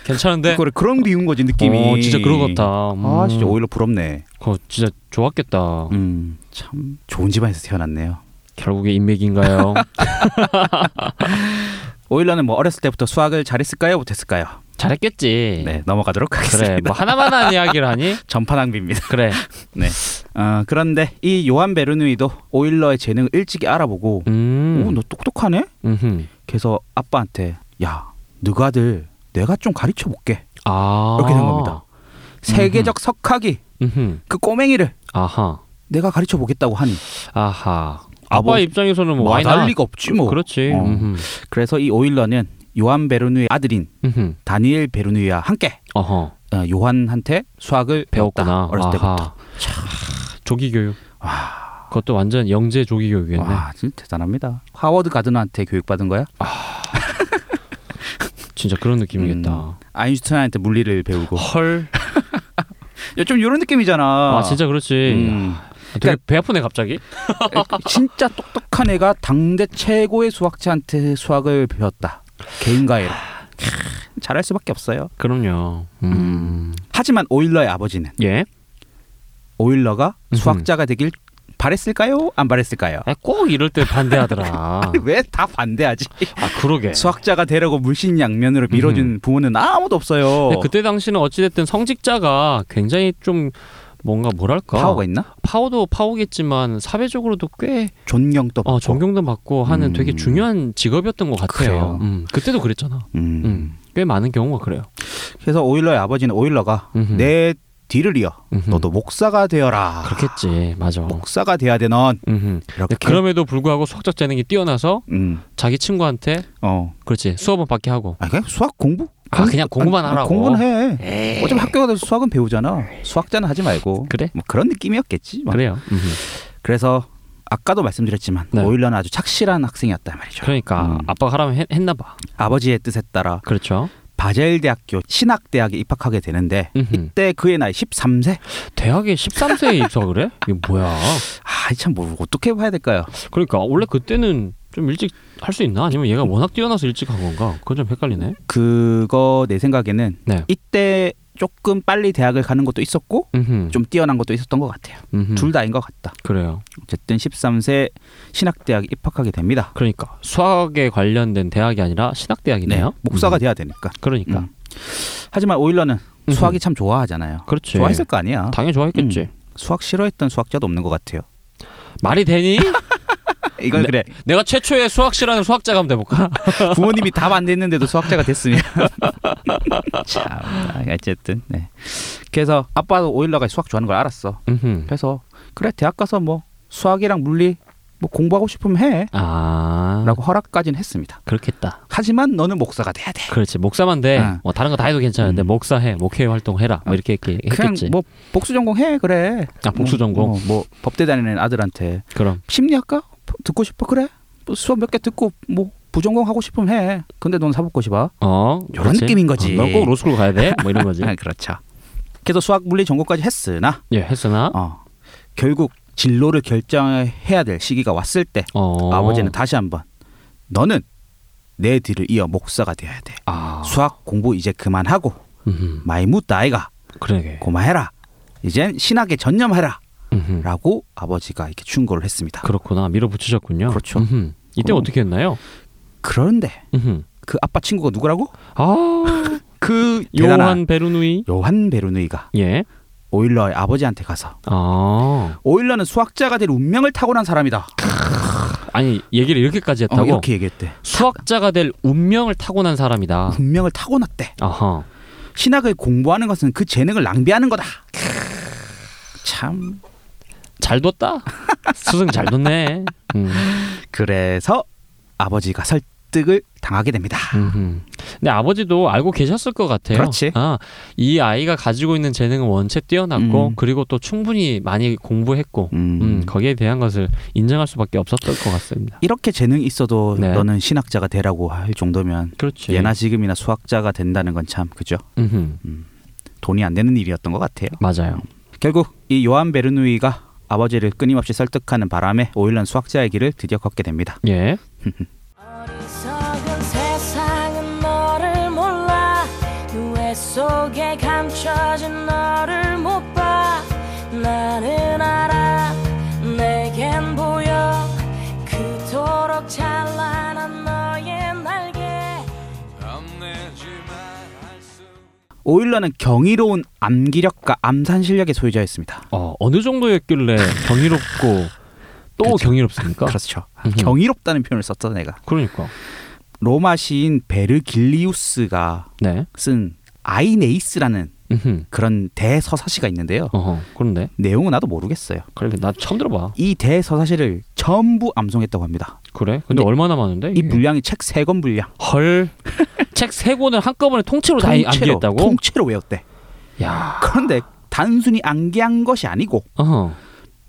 S2: 괜찮은데?
S3: 그걸 그런 비운 거지 느낌이.
S2: 어, 진짜 그러겠다. 음. 어.
S3: 아, 진짜 오일러 부럽네.
S2: 그거 진짜 좋았겠다.
S3: 음, 참 좋은 집안에서 태어났네요.
S2: 결국에 인맥인가요?
S3: 오일러는 뭐 어렸을 때부터 수학을 잘했을까요, 못했을까요?
S2: 잘했겠지.
S3: 네, 넘어가도록 하겠습니다.
S2: 예. 그래, 뭐 하나만 한 이야기를 하니?
S3: 전파 낭비입니다.
S2: 그래.
S3: 어, 그런데 이 요한 베르누이도 오일러의 재능을 일찍이 알아보고
S2: 음.
S3: 오, 너 똑똑하네?
S2: 음흠.
S3: 그래서 아빠한테 야, 너가 아들 내가 좀 가르쳐 볼게.
S2: 아.
S3: 이렇게 된 겁니다. 세계적 석학이
S2: 음흠.
S3: 그 꼬맹이를
S2: 아하.
S3: 내가 가르쳐 보겠다고 하니
S2: 아하. 아빠
S3: 아버지-
S2: 입장에서는 뭐
S3: 마다할
S2: 와이나
S3: 리가 없지 뭐.
S2: 그렇지.
S3: 어.
S2: 음흠.
S3: 그래서 이 오일러는 요한 베르누이의 아들인
S2: 음흠.
S3: 다니엘 베르누이와 함께
S2: 어허.
S3: 어, 요한한테 수학을 배웠다.
S2: 배웠구나.
S3: 어렸을 때부터.
S2: 아하. 조기 교육. 그것도 완전 영재 조기 교육이겠네.
S3: 와, 진짜 대단합니다. 하워드 가드너한테 교육받은 거야?
S2: 진짜 그런
S3: 음.
S2: 느낌이겠다.
S3: 아인슈타인한테 물리를 배우고.
S2: 헐.
S3: 야, 좀 이런 느낌이잖아.
S2: 아, 진짜 그렇지.
S3: 음.
S2: 되게 배 아프네 갑자기.
S3: 진짜 똑똑한 애가 당대 최고의 수학자한테 수학을 배웠다. 개인과외로. 캬, 잘할 수밖에 없어요.
S2: 그럼요. 음.
S3: 하지만 오일러의 아버지는
S2: 예.
S3: 오일러가
S2: 음흠.
S3: 수학자가 되길 바랬을까요? 안 바랬을까요?
S2: 아, 꼭 이럴 때 반대하더라.
S3: 왜 다 반대하지?
S2: 아
S3: 예.
S2: 그러게.
S3: 수학자가 되려고 물신양면으로 밀어준 부모는 아무도 없어요.
S2: 근데 그때 당시는 어찌됐든 성직자가 굉장히 좀 뭔가 뭐랄까
S3: 파워가 그 있나?
S2: 도 파워겠지만 사회적으로도 꽤
S3: 존경도
S2: 어, 존경도 받고 하는
S3: 음.
S2: 되게 중요한 직업이었던 것 같아요.
S3: 그래요.
S2: 음, 그때도 그랬잖아.
S3: 음.
S2: 음, 꽤 많은 경우가 그래요.
S3: 그래서 오일러의 아버지는 오일러가
S2: 음흠.
S3: 내 뒤를 이어
S2: 음흠.
S3: 네, 너도 목사가 되어라.
S2: 그렇겠지. 맞아.
S3: 목사가 돼야 돼 넌.
S2: 음흠.
S3: 그 이렇게.
S2: 그럼에도 불구하고 수학적 재능이 뛰어나서
S3: 음.
S2: 자기 친구한테
S3: 어.
S2: 그렇지 수업은 받게 하고
S3: 아 그냥 수학 공부.
S2: 아 그냥 공부만
S3: 아니,
S2: 하라고 예.
S3: 공부는 해. 어차피 학교가 돼서 수학은 배우잖아. 수학자는 하지 말고.
S2: 그래?
S3: 뭐 그런 느낌이었겠지. 뭐.
S2: 그래요 음흠.
S3: 그래서 아까도 말씀드렸지만
S2: 네.
S3: 오일러는 아주 착실한 학생이었단 말이죠.
S2: 그러니까
S3: 음.
S2: 아빠가 하라면 했, 했나 봐
S3: 아버지의 뜻에 따라
S2: 그렇죠
S3: 바젤 대학교 신학 대학에 입학하게 되는데
S2: 음흠.
S3: 이때 그의 나이 13세.
S2: 대학에 13세에 입학을 해? 이게 뭐야
S3: 아, 참뭐 어떻게 봐야 될까요?
S2: 그러니까 원래 그때는 좀 일찍 할 수 있나? 아니면 얘가 워낙 뛰어나서 일찍 한 건가? 그건 좀 헷갈리네
S3: 그거 내 생각에는
S2: 네.
S3: 이때 조금 빨리 대학을 가는 것도 있었고
S2: 음흠.
S3: 좀 뛰어난 것도 있었던 것 같아요.
S2: 음흠.
S3: 둘 다인 것 같다.
S2: 그래요
S3: 어쨌든 13세 신학대학에 입학하게 됩니다.
S2: 그러니까 수학에 관련된 대학이 아니라 신학대학이네요
S3: 목사가
S2: 음.
S3: 돼야 되니까.
S2: 그러니까
S3: 음. 하지만 오일러는
S2: 음흠.
S3: 수학이 참 좋아하잖아요.
S2: 그렇지
S3: 좋아했을 거 아니야.
S2: 당연히 좋아했겠지 음.
S3: 수학 싫어했던 수학자도 없는 것 같아요.
S2: 말이 되니?
S3: 이건
S2: 네.
S3: 그래.
S2: 내가 최초의 수학 싫어하는 수학자가 한번 돼볼까?
S3: 부모님이 답 안 됐는데도 수학자가 됐으면. 참. 아, 어쨌든. 네. 그래서 아빠도 오일러가 수학 좋아하는 걸 알았어.
S2: 음흠.
S3: 그래서 그래 대학 가서 뭐 수학이랑 물리 뭐 공부하고 싶으면 해라고
S2: 아
S3: 허락까지는 했습니다.
S2: 그렇겠다.
S3: 하지만 너는 목사가 돼야 돼.
S2: 그렇지 목사만 돼.
S3: 응.
S2: 뭐 다른 거 다 해도 괜찮은데 목사해, 목회 활동해라. 뭐 이렇게 이렇게
S3: 그냥
S2: 했겠지.
S3: 뭐 복수 전공 해 그래.
S2: 아, 복수
S3: 뭐,
S2: 전공?
S3: 뭐, 뭐 법대 다니는 아들한테
S2: 그럼
S3: 심리학과 듣고 싶어 그래. 뭐 수업 몇 개 듣고 뭐 부전공 하고 싶으면 해. 근데 넌 사법고시 봐.
S2: 어
S3: 요런 느낌인 거지.
S2: 넌꼭 로스쿨 가야 돼. 뭐 이런 거지.
S3: 아, 그렇죠. 그래서 수학 물리 전공까지 했으나
S2: 예 했으나
S3: 어, 결국 진로를 결정해야 될 시기가 왔을 때
S2: 어.
S3: 아버지는 다시 한번 너는 내 뒤를 이어 목사가 돼야 돼.
S2: 아
S3: 수학 공부 이제 그만하고
S2: 음흠.
S3: 마이무 나이가
S2: 그러게.
S3: 고마해라. 이젠 신학에 전념해라라고
S2: 음흠.
S3: 아버지가 이렇게 충고를 했습니다.
S2: 그렇구나 밀어붙이셨군요.
S3: 그렇죠.
S2: 음흠. 이때
S3: 그럼-
S2: 어떻게 했나요?
S3: 그런데
S2: 음흠.
S3: 그 아빠 친구가 누구라고?
S2: 아
S3: 그 대단한
S2: 요한 베르누이.
S3: 요한 베르누이가
S2: 예.
S3: 오일러의 아버지한테 가서
S2: 아
S3: 오일러는 수학자가 될 운명을 타고난 사람이다.
S2: 아니 얘기를 이렇게까지
S3: 어,
S2: 했다고?
S3: 이렇게 얘기했대.
S2: 수학자가 될 운명을 타고난 사람이다.
S3: 운명을 타고났대.
S2: 아하.
S3: 신학을 공부하는 것은 그 재능을 낭비하는 거다. 참
S2: 잘 뒀다. 스승 잘 뒀네. 음.
S3: 그래서 아버지가 설득을 당하게 됩니다.
S2: 음흠. 근데 아버지도 알고 계셨을 것 같아요.
S3: 그렇지.
S2: 아, 이 아이가 가지고 있는 재능은 원체 뛰어났고
S3: 음.
S2: 그리고 또 충분히 많이 공부했고
S3: 음.
S2: 음, 거기에 대한 것을 인정할 수밖에 없었을 것 같습니다.
S3: 이렇게 재능이 있어도
S2: 네.
S3: 너는 신학자가 되라고 할 정도면
S2: 그렇지.
S3: 예나 지금이나 수학자가 된다는 건 참 그죠?
S2: 음흠.
S3: 돈이 안 되는 일이었던 것 같아요.
S2: 맞아요.
S3: 결국 이 요한 베르누이가 아버지를 끊임없이 설득하는 바람에 오일런 수학자의 길을 드디어 걷게 됩니다.
S2: 예.
S5: 어리석은 세상은 너를 몰라 누에 속에 감춰진 너를 못 봐 나는 알아 내겐 보여 그토록 찬란한 너의 날개
S3: 오일러는 경이로운 암기력과 암산 실력의 소유자였습니다.
S2: 어, 어느 정도였길래 경이롭고 또
S3: 그렇죠.
S2: 경이롭습니까?
S3: 그렇죠.
S2: 그러니까? 음흠.
S3: 경이롭다는 표현을 썼어 내가.
S2: 그러니까.
S3: 로마 시인 베르길리우스가
S2: 네.
S3: 쓴 아이네이스라는
S2: 음흠.
S3: 그런 대서사시가 있는데요.
S2: 어허. 그런데
S3: 내용은 나도 모르겠어요.
S2: 그래 나 처음 들어봐.
S3: 이 대서사시를 전부 암송했다고 합니다.
S2: 그래? 근데
S3: 네.
S2: 얼마나 많은데?
S3: 이
S2: 이게?
S3: 분량이 책 세 권 분량.
S2: 헐. 책 세 권을 한꺼번에 통째로 다 암기했다고?
S3: 통째로 외웠대.
S2: 야.
S3: 그런데 단순히 암기한 것이 아니고
S2: 어허.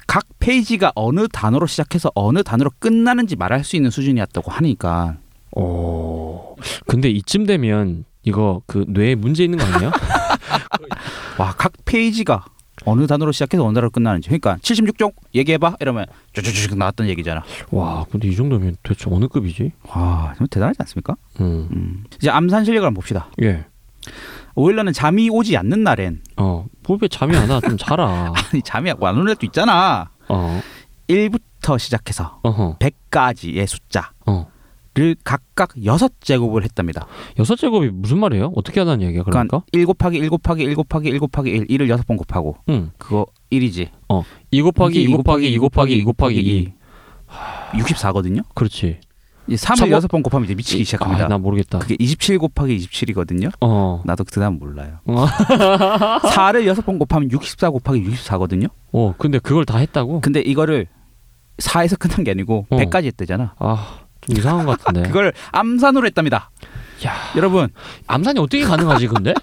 S3: 각 페이지가 어느 단어로 시작해서 어느 단어로 끝나는지 말할 수 있는 수준이었다고 하니까
S2: 오. 어. 근데 이쯤 되면 이거 그 뇌에 문제 있는 거 아니에요?
S3: 와 각 페이지가 어느 단어로 시작해서 어느 단어로 끝나는지 그러니까 76쪽 얘기해봐 이러면 쭉쭉쭉 나왔던 얘기잖아.
S2: 와, 근데 이 정도면 도대체 어느 급이지?
S3: 와 정말 대단하지 않습니까?
S2: 음.
S3: 음. 이제 암산 실력을 한번 봅시다.
S2: 예.
S3: 오일러는 잠이 오지 않는 날엔
S2: 어. 뭐왜 잠이 안 와? 좀 자라.
S3: 아니 잠이 안 오는 날도 있잖아.
S2: 어.
S3: 1부터 시작해서
S2: 어허.
S3: 100까지의 숫자를
S2: 어.
S3: 각각 여섯 제곱을 했답니다.
S2: 여섯 제곱이 무슨 말이에요? 어떻게 하다는 얘기야,
S3: 그러니까
S2: 그러니까?
S3: 1 곱하기 1 곱하기 1 곱하기 1 곱하기 1 1을 여섯 번 곱하고
S2: 응.
S3: 그거 1이지.
S2: 어. 2 곱하기 2 곱하기 2 곱하기 2 곱하기 2.
S3: 64거든요.
S2: 그렇지.
S3: 이 3을
S2: 삼-
S3: 여섯 번 곱하면 이제 미치기 시작합니다.
S2: 아, 나 모르겠다.
S3: 그게 27 곱하기 27이거든요.
S2: 어.
S3: 나도 그다음 몰라요.
S2: 어.
S3: 4를 여섯 번 곱하면 64 곱하기 64거든요.
S2: 어, 근데 그걸 다 했다고?
S3: 근데 이거를 4에서 끝난 게 아니고
S2: 어.
S3: 100까지 했대잖아.
S2: 아, 좀 이상한 것 같은데.
S3: 그걸 암산으로 했답니다.
S2: 야,
S3: 여러분,
S2: 암산이 어떻게 가능하지, 근데?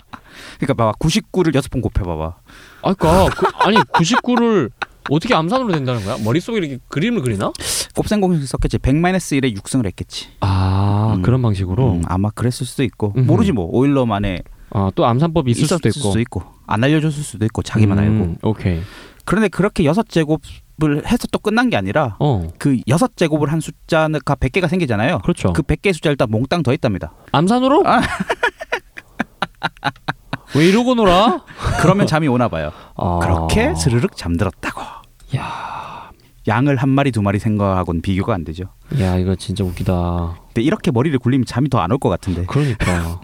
S3: 그러니까 봐봐. 99를 여섯 번 곱해 봐봐.
S2: 아, 그니까, 그, 아니, 99를 어떻게 암산으로 된다는 거야? 머릿속에 이렇게 그림을 그리나?
S3: 곱셈 공식 썼겠지. 100-1에 6승을 했겠지.
S2: 아,
S3: 음.
S2: 그런 방식으로.
S3: 음, 아마 그랬을 수도 있고.
S2: 음흠.
S3: 모르지 뭐. 오일러 만에
S2: 아, 또 암산법이 있을 수도
S3: 있었을
S2: 있고.
S3: 수도 있고. 안 알려줬을 수도 있고. 자기만 알고.
S2: 음, 오케이.
S3: 그런데 그렇게 여섯 제곱을 해서 또 끝난 게 아니라
S2: 어,
S3: 그 여섯 제곱을 한 숫자가 100개가 생기잖아요.
S2: 그렇죠.
S3: 그 100개 숫자를 다 몽땅 더했답니다.
S2: 암산으로?
S3: 아.
S2: 왜 이러고 놀아?
S3: 그러면 잠이 오나 봐요.
S2: 아.
S3: 그렇게 스르륵 잠들었다고. 양을 한 마리 두 마리 생각하고는 비교가 안 되죠.
S2: 야, 이거 진짜 웃기다.
S3: 근데 이렇게 머리를 굴리면 잠이 더 안 올 것 같은데.
S2: 그러니까.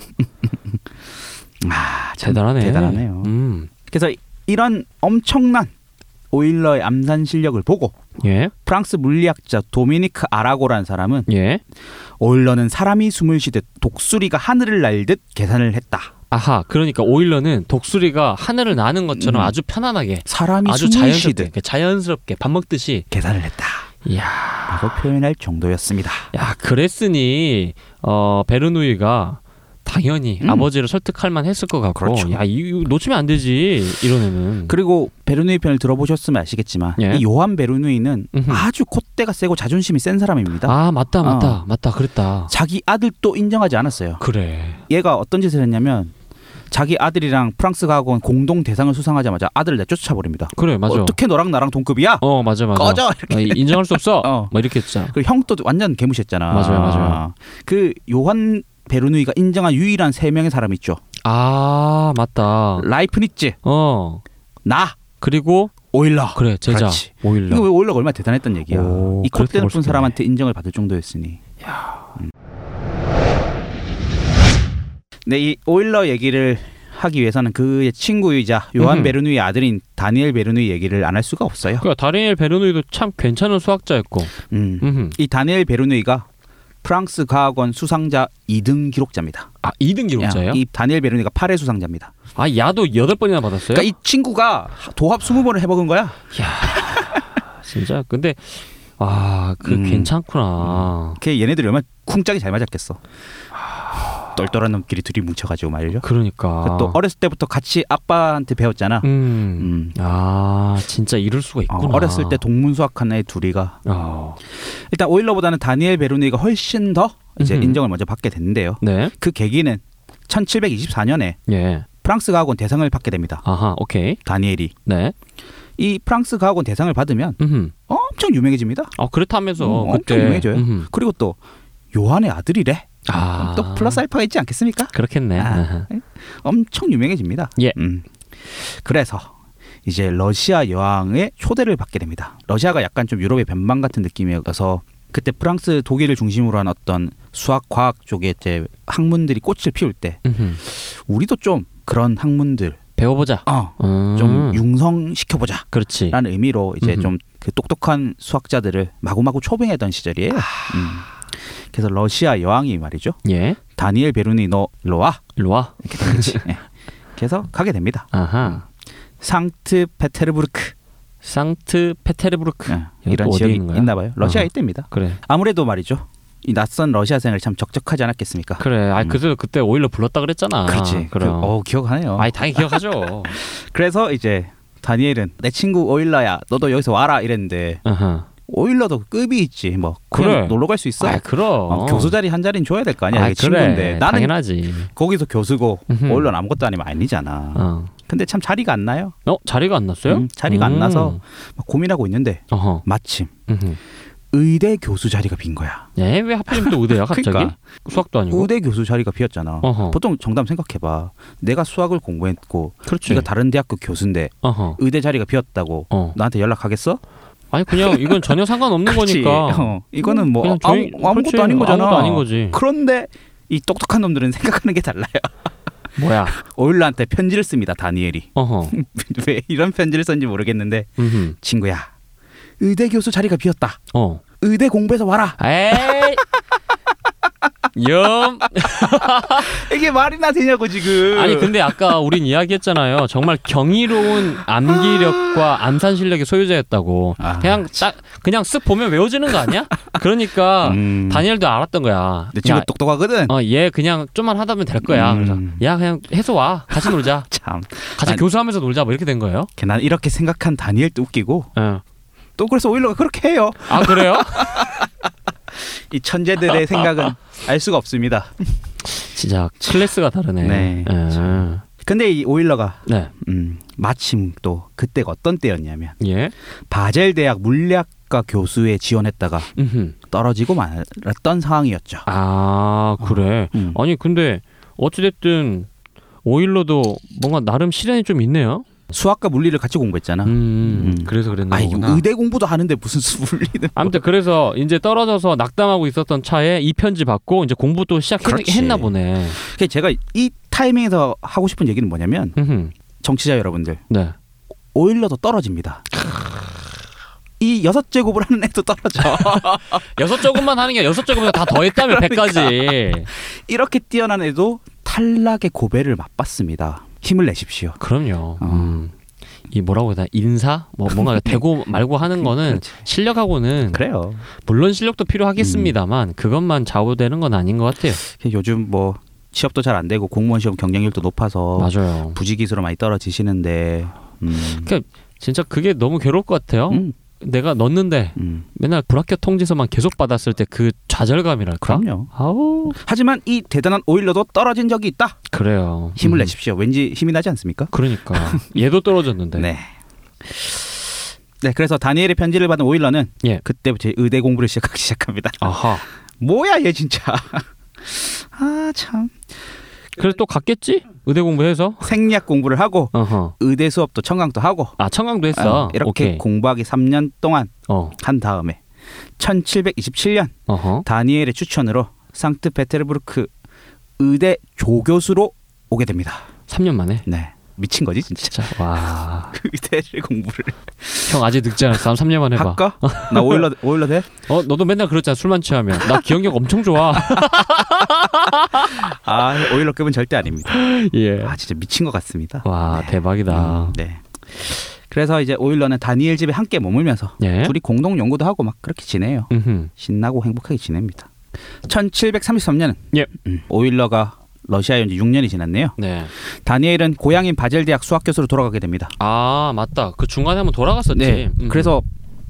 S3: 아, 참
S2: 그, 대단하네.
S3: 대단하네요.
S2: 음.
S3: 그래서 이- 이런 엄청난 오일러의 암산 실력을 보고
S2: 예.
S3: 프랑스 물리학자 도미니크 아라고라는 사람은
S2: 예.
S3: 오일러는 사람이 숨을 쉬듯 독수리가 하늘을 날듯 계산을 했다.
S2: 아하. 그러니까 오일러는 독수리가 하늘을 나는 것처럼
S3: 음.
S2: 아주 편안하게
S3: 사람이
S2: 아주
S3: 숨을
S2: 자연스럽게
S3: 쉬듯
S2: 이렇게 자연스럽게 밥 먹듯이
S3: 계산을 했다라고
S2: 이야.
S3: 표현할 정도였습니다.
S2: 야, 그랬으니 어, 베르누이가 당연히
S3: 음.
S2: 아버지를 설득할 만 했을 것 같고
S3: 그렇죠.
S2: 야, 이 이거 놓치면 안 되지. 이런 애는.
S3: 그리고 베르누이 편을 들어보셨으면 아시겠지만
S2: 예.
S3: 이 요한 베르누이는
S2: 음흠.
S3: 아주 콧대가 세고 자존심이 센 사람입니다.
S2: 아, 맞다. 맞다.
S3: 어.
S2: 맞다. 그랬다.
S3: 자기 아들도 인정하지 않았어요.
S2: 그래.
S3: 얘가 어떤 짓을 했냐면 자기 아들이랑 프랑스 과학원 공동 대상을 수상하자마자 아들을 내쫓아 버립니다.
S2: 그래. 맞아.
S3: 어떻게 너랑 나랑 동급이야?
S2: 어, 맞아 맞아.
S3: 꺼져.
S2: 아, 이- 인정할 수 없어.
S3: 어.
S2: 막 이렇게 했잖아.
S3: 그 형도 완전 개무시했잖아.
S2: 맞아요, 맞아요.
S3: 그 요한 베르누이가 인정한 유일한 세 명의 사람 있죠.
S2: 아, 맞다.
S3: 라이프니츠,
S2: 어.
S3: 나,
S2: 그리고
S3: 오일러.
S2: 그래, 제자.
S3: 그렇지.
S2: 오일러.
S3: 이거 왜 오일러가 얼마나 대단했단 얘기야.
S2: 음. 오,
S3: 이
S2: 그렇게
S3: 콧대
S2: 볼
S3: 높은
S2: 수 있겠네.
S3: 사람한테 인정을 받을 정도였으니. 음. 네, 이 오일러 얘기를 하기 위해서는 그의 친구이자 요한
S2: 음흠.
S3: 베르누이 아들인 다니엘 베르누이 얘기를 안 할 수가 없어요.
S2: 그러니까 다니엘 베르누이도 참 괜찮은 수학자였고.
S3: 음.
S2: 그, 음흠.
S3: 이 다니엘 베르누이가 프랑스 과학원 수상자 2등 기록자입니다.
S2: 아, 2등 기록자예요?
S3: 야, 이 다니엘 베르누이가 8회 수상자입니다.
S2: 아, 야도 여덟 번이나 받았어요?
S3: 그러니까 이 친구가 도합 20번을 해먹은 거야.
S2: 진짜. 근데 아, 그
S3: 음.
S2: 괜찮구나.
S3: 걔 얘네들이 얼마나 쿵짝이 잘 맞았겠어.
S2: 아.
S3: 똘똘한 놈끼리 둘이 뭉쳐가지고 말이죠.
S2: 그러니까.
S3: 또 어렸을 때부터 같이 아빠한테 배웠잖아.
S2: 음.
S3: 음.
S2: 아, 진짜 이럴 수가
S3: 어,
S2: 있구나.
S3: 어렸을 때 동문수학한 애 둘이가
S2: 아.
S3: 일단 오일러보다는 다니엘 베르누이가 훨씬 더 이제
S2: 음흠.
S3: 인정을 먼저 받게 됐는데요.
S2: 네.
S3: 그 계기는 1724년에
S2: 예.
S3: 프랑스 과학원 대상을 받게 됩니다.
S2: 아하. 오케이.
S3: 다니엘이
S2: 네.
S3: 이 프랑스 과학원 대상을 받으면
S2: 음.
S3: 엄청 유명해집니다.
S2: 아, 그렇다면서
S3: 음, 엄청
S2: 그때
S3: 유명해져요.
S2: 음흠.
S3: 그리고 또 요한의 아들이래.
S2: 아.
S3: 또 플러스 알파가 있지 않겠습니까?
S2: 그렇겠네.
S3: 아. 엄청 유명해집니다.
S2: 예.
S3: 음. 그래서 이제 러시아 여왕의 초대를 받게 됩니다. 러시아가 약간 좀 유럽의 변방 같은 느낌이어서 그때 프랑스, 독일을 중심으로 한 어떤 수학, 과학 쪽에 이제 학문들이 꽃을 피울 때
S2: 음흠.
S3: 우리도 좀 그런 학문들
S2: 배워보자.
S3: 어,
S2: 음.
S3: 좀 아. 융성시켜보자.
S2: 그렇지.
S3: 라는 의미로 이제
S2: 음흠.
S3: 좀 그 똑똑한 수학자들을 마구마구 초빙했던
S2: 아.
S3: 시절이에요. 음. 그래서 러시아 여왕이 말이죠.
S2: 예.
S3: 다니엘 베르니 너 일로 와.
S2: 일로 와.
S3: 이렇게 된 거지. 예. 그래서 가게 됩니다. 음.
S2: 아하.
S3: 상트페테르부르크
S2: 상트 페테르부르크.
S3: 예,
S2: 이건
S3: 이런
S2: 또 어디에
S3: 지역이
S2: 있는 거야?
S3: 있나 봐요. 러시아
S2: 어허.
S3: 이때입니다.
S2: 그래.
S3: 아무래도 말이죠. 이 낯선 러시아생을 참 적적하지 않았겠습니까?
S2: 그래. 아,
S3: 음.
S2: 그래서 그때 오히려 불렀다 그랬잖아.
S3: 그렇지. 그,
S2: 그럼.
S3: 어 기억하네요.
S2: 아이, 당연히 기억하죠.
S3: 그래서 이제 다니엘은 내 친구 오일러야. 너도 여기서 와라 이랬는데
S2: 아하.
S3: 오일러도 급이 있지. 뭐 그냥
S2: 그래.
S3: 놀러 갈 수 있어.
S2: 아, 그럼.
S3: 어, 교수 자리 한 자리는 줘야 될 거 아니야.
S2: 아,
S3: 이게 친구인데
S2: 그래.
S3: 나는
S2: 당연하지.
S3: 거기서 교수고
S2: 음흠.
S3: 오일러 아무것도 아니면 아니잖아.
S2: 어.
S3: 근데 참 자리가 안 나요.
S2: 어, 자리가 안 났어요?
S3: 음, 자리가 안 나서 막 고민하고 있는데
S2: 어허.
S3: 마침
S2: 음흠.
S3: 의대 교수 자리가 빈 거야.
S2: 예, 왜 하필이면 또 의대야, 갑자기?
S3: 그러니까.
S2: 수학도 아니고.
S3: 의대 교수 자리가 비었잖아.
S2: 어허.
S3: 보통 정답 생각해봐. 내가 수학을 공부했고
S2: 그렇지.
S3: 네가 다른 대학교 교수인데
S2: 어허.
S3: 의대 자리가 비었다고
S2: 어.
S3: 나한테 연락하겠어?
S2: 아니, 그냥 이건 전혀 상관없는
S3: 그렇지.
S2: 거니까.
S3: 어, 이거는 뭐
S2: 그냥 조용히-
S3: 아무, 아무것도
S2: 그렇지.
S3: 아닌 거잖아.
S2: 아무것도 아닌 거지.
S3: 그런데 이 똑똑한 놈들은 생각하는 게 달라요. 그,
S2: 뭐야.
S3: 오일러한테 편지를 씁니다. 다니엘이
S2: 어허.
S3: 왜 이런 편지를 썼는지 모르겠는데
S2: 음흠.
S3: 친구야 의대 교수 자리가 비었다.
S2: 어.
S3: 의대 공부해서 와라.
S2: 에이 염.
S3: 이게 말이나 되냐고 지금.
S2: 아니 근데 아까 우린 이야기했잖아요. 정말 경이로운 암기력과 암산 실력의 소유자였다고.
S3: 아,
S2: 그냥 딱 그냥 쓱 보면 외워지는 거 아니야? 그러니까
S3: 음.
S2: 다니엘도 알았던 거야.
S3: 내 친구
S2: 야,
S3: 똑똑하거든.
S2: 어, 얘 그냥 좀만 하다 보면 될 거야. 그래서
S3: 음.
S2: 야 그냥 해서 와. 같이 놀자.
S3: 참.
S2: 같이
S3: 아니.
S2: 교수하면서 놀자. 뭐 이렇게 된 거예요.
S3: 걔 난 이렇게 생각한 다니엘도 웃기고
S2: 예.
S3: 또 그래서 오일러가 그렇게 해요.
S2: 아 그래요?
S3: 이 천재들의 생각은 알 수가 없습니다.
S2: 진짜 클래스가 다르네.
S3: 네,
S2: 예.
S3: 근데 이 오일러가
S2: 네.
S3: 음, 마침 또 그때가 어떤 때였냐면
S2: 예.
S3: 바젤 대학 물리학과 교수에 지원했다가
S2: 음흠.
S3: 떨어지고 말았던 상황이었죠.
S2: 아 그래.
S3: 음.
S2: 아니 근데 어찌됐든 오일러도 뭔가 나름 시련이 좀 있네요.
S3: 수학과 물리를 같이 공부했잖아.
S2: 음,
S3: 음.
S2: 그래서 그랬나
S3: 아, 이
S2: 보구나.
S3: 의대 공부도 하는데 무슨 수 물리는? 뭐.
S2: 아무튼 그래서 이제 떨어져서 낙담하고 있었던 차에 이 편지 받고 이제 공부 또
S3: 그렇지.
S2: 시작했나 보네.
S3: 그러니까 제가 이 타이밍에서 하고 싶은 얘기는 뭐냐면
S2: 음흠.
S3: 정치자 여러분들
S2: 네.
S3: 오일러 더 떨어집니다. 이 여섯 제곱을 하는 애도 떨어져.
S2: 여섯 조금만 하는 게 아니라 여섯 조금보다 다 더했다면
S3: 그러니까.
S2: 백까지
S3: 이렇게 뛰어난 애도 탈락의 고배를 맛봤습니다. 힘을 내십시오.
S2: 그럼요.
S3: 어.
S2: 음. 이 뭐라고 해야 되나 인사 뭐 뭔가 되고 말고 하는 거는
S3: 그렇지.
S2: 실력하고는
S3: 그러니까. 그래요.
S2: 물론 실력도
S3: 음.
S2: 필요하겠습니다만 그것만 좌우되는 건 아닌 것 같아요.
S3: 요즘 뭐 취업도 잘 안 되고 공무원 시험 경쟁률도 높아서
S2: 맞아요.
S3: 부지기수로 많이 떨어지시는데 음.
S2: 그- 진짜 그게 너무 괴로울 것 같아요.
S3: 음,
S2: 내가 넣었는데
S3: 음.
S2: 맨날 불합격 통지서만 계속 받았을 때 그 좌절감이랄까.
S3: 그럼요.
S2: 아우
S3: 하지만 이 대단한 오일러도 떨어진 적이 있다.
S2: 그래요.
S3: 힘을
S2: 음.
S3: 내십시오. 왠지 힘이 나지 않습니까?
S2: 그러니까 얘도 떨어졌는데.
S3: 네. 네, 그래서 다니엘의 편지를 받은 오일러는
S2: 예.
S3: 그때부터 의대 공부를 시작하기 시작합니다.
S2: 아하.
S3: 뭐야 얘 진짜. 아 참.
S2: 그래서 또 갔겠지? 의대 공부해서.
S3: 생리학 공부를 하고
S2: 어허.
S3: 의대 수업도 청강도 하고
S2: 아 청강도 했어.
S3: 어, 이렇게
S2: 오케이.
S3: 공부하기 3년 동안
S2: 어.
S3: 한 다음에 1727년
S2: 어허.
S3: 다니엘의 추천으로 상트페테르부르크 의대 조교수로 오게 됩니다.
S2: 3년 만에.
S3: 네. 미친 거지 진짜. 그
S2: 진짜 와.
S3: 의대를 공부를
S2: 형 아직 늙지 않았어. 한 3년 만에 네, 봐.
S3: 할까? 나 오일러 오일러 돼?
S2: 어 너도 맨날 그랬잖아. 술만 취하면. 나 기억력 엄청 좋아.
S3: 아, 오일러 급은 절대 아닙니다.
S2: 예.
S3: 아, 진짜 미친 것 같습니다.
S2: 와 대박이다.
S3: 음, 네. 그래서 이제 오일러는 다니엘 집에 함께 머물면서
S2: 예.
S3: 둘이 공동 연구도 하고 막 그렇게 지내요.
S2: 음흠.
S3: 신나고 행복하게 지냅니다. 1733년
S2: 예.
S3: 오일러가 러시아에 온 지 6년이 지났네요.
S2: 네.
S3: 다니엘은 고향인 바젤 대학 수학 교수로 돌아가게 됩니다.
S2: 아 맞다. 그 중간에 한번 돌아갔었지.
S3: 네.
S2: 음.
S3: 그래서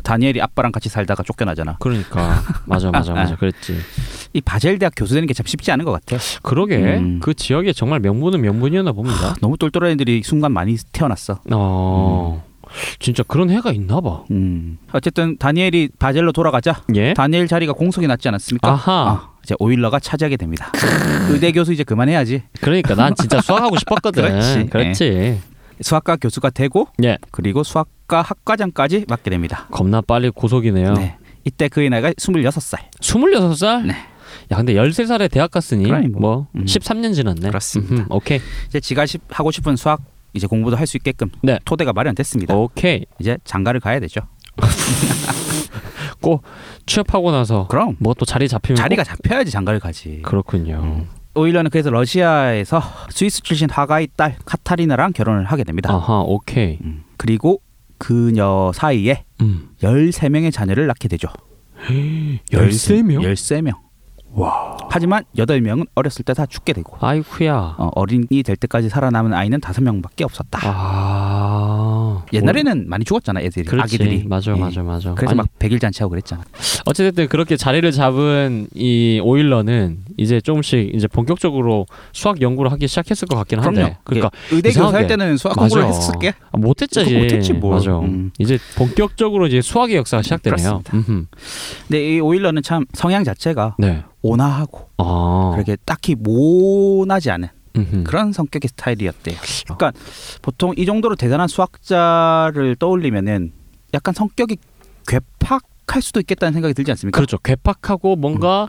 S3: 다니엘이 아빠랑 같이 살다가 쫓겨나잖아.
S2: 그러니까 맞아 맞아 맞아 그랬지.
S3: 이 바젤 대학 교수 되는 게 참 쉽지 않은 것 같아.
S2: 네. 그러게
S3: 음.
S2: 그 지역에 정말 명분은 명분이었나 봅니다.
S3: 너무 똘똘한 애들이 순간 많이 태어났어.
S2: 어 진짜 그런 해가 있나 봐.
S3: 음. 어쨌든 다니엘이 바젤로 돌아가자
S2: 예.
S3: 다니엘 자리가 공석이 났지 않았습니까?
S2: 아하.
S3: 아, 이제 오일러가 차지하게 됩니다. 의대 교수 이제 그만해야지.
S2: 그러니까 난 진짜 수학하고 싶었거든.
S3: 그렇지. 네.
S2: 그렇지.
S3: 수학과 교수가 되고
S2: 예.
S3: 그리고 수학과 학과장까지 맡게 됩니다.
S2: 겁나 빨리 고속이네요.
S3: 네. 이때 그의 나이가 26살.
S2: 26살?
S3: 네.
S2: 야, 근데 13살에 대학 갔으니
S3: 그러니
S2: 뭐,
S3: 뭐. 음.
S2: 13년 지났네.
S3: 그렇습니다.
S2: 음흠, 오케이.
S3: 이제 지가 시- 하고 싶은 수학 이제 공부도 할 수 있게끔
S2: 네.
S3: 토대가 마련됐습니다.
S2: 오케이.
S3: 이제 장가를 가야 되죠.
S2: 취업하고 나서
S3: 그럼
S2: 뭐 또 자리 잡히면
S3: 자리가 잡혀야지 장가를 가지.
S2: 꼭- 그렇군요.
S3: 음, 오일러는 그래서 러시아에서 스위스 출신 화가의 딸 카타리나랑 결혼을 하게 됩니다.
S2: 아하, 오케이.
S3: 음. 그리고 그녀 사이에
S2: 음.
S3: 13명의 자녀를 낳게 되죠.
S2: 13명?
S3: 13명. 하지만 8명은 어렸을 때 다 죽게 되고
S2: 아이쿠야.
S3: 어, 어린이 될 때까지 살아남은 아이는 5명밖에 없었다.
S2: 아.
S3: 옛날에는 많이 죽었잖아, 애들이.
S2: 그렇지.
S3: 아기들이.
S2: 맞아,
S3: 예.
S2: 맞아, 맞아.
S3: 그래서
S2: 아니,
S3: 막 백일 잔치하고 그랬잖아.
S2: 어쨌든 그렇게 자리를 잡은 이 오일러는 이제 조금씩 이제 본격적으로 수학 연구를 하기 시작했을 것 같긴 한데.
S3: 그럼요. 예.
S2: 그러니까
S3: 의대 교수
S2: 이상하게.
S3: 할 때는 수학
S2: 맞아.
S3: 공부를 했을게.
S2: 아, 못했지.
S3: 그거 못했지, 뭘.
S2: 맞아.
S3: 음.
S2: 이제 본격적으로 이제 수학의 역사가 시작되네요.
S3: 그렇습니다.
S2: 음흠.
S3: 근데 이 오일러는 참 성향 자체가
S2: 네.
S3: 온화하고
S2: 아.
S3: 그렇게 딱히 모나지 않은
S2: 음흠. 그렇죠.
S3: 그런 성격의 스타일이었대요. 그러니까 보통 이 정도로 대단한 수학자를 떠올리면은 약간 성격이 괴팍할 수도 있겠다는 생각이 들지 않습니까?
S2: 그렇죠. 괴팍하고 뭔가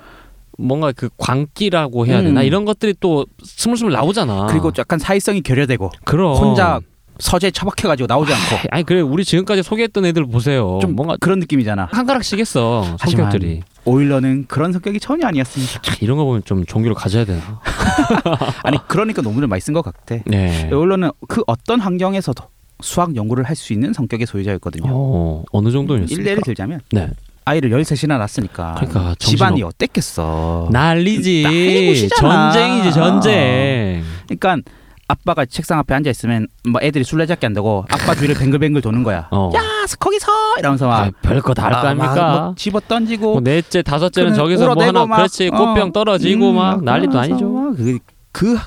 S2: 뭔가 그 광기라고 해야 되나
S3: 음.
S2: 이런 것들이 또 스물스물 나오잖아. 어.
S3: 그리고 약간 사회성이 결여되고
S2: 그럼
S3: 혼자 서재에 처박혀가지고 나오지 않고
S2: 아니 그래 우리 지금까지 소개했던 애들 보세요.
S3: 좀
S2: 어, 뭔가
S3: 그런 느낌이잖아.
S2: 한 가락씩 했어
S3: 하지만
S2: 성격들이.
S3: 오일러는 그런 성격이 전혀 아니었습니다.
S2: 참, 이런 거 보면 좀 종교를 가져야 되나?
S3: 아니 그러니까 논문을 많이 쓴 것 같아.
S2: 네.
S3: 오일러는 그 어떤 환경에서도 수학 연구를 할 수 있는 성격의 소유자였거든요.
S2: 어, 어느 정도였습니까?
S3: 일례를 들자면
S2: 네.
S3: 아이를 13이나 낳았으니까
S2: 그러니까
S3: 집안이
S2: 정신없-
S3: 어땠겠어.
S2: 난리지.
S3: 난리구시잖아.
S2: 전쟁이지 전쟁.
S3: 그러니까 아빠가 책상 앞에 앉아 있으면 뭐 애들이 술래잡기 한다고 아빠 주위를 뱅글뱅글 도는 거야.
S2: 어.
S3: 야 거기서 이러면서 막
S2: 아, 별거 다 할 거 아닙니까?
S3: 집어 던지고
S2: 뭐 넷째 다섯째는
S3: 그는
S2: 저기서 뭐
S3: 울어대고
S2: 하나
S3: 막,
S2: 그렇지
S3: 어,
S2: 꽃병 떨어지고
S3: 음,
S2: 막 난리도
S3: 그러면서
S2: 아니죠.
S3: 막 그, 그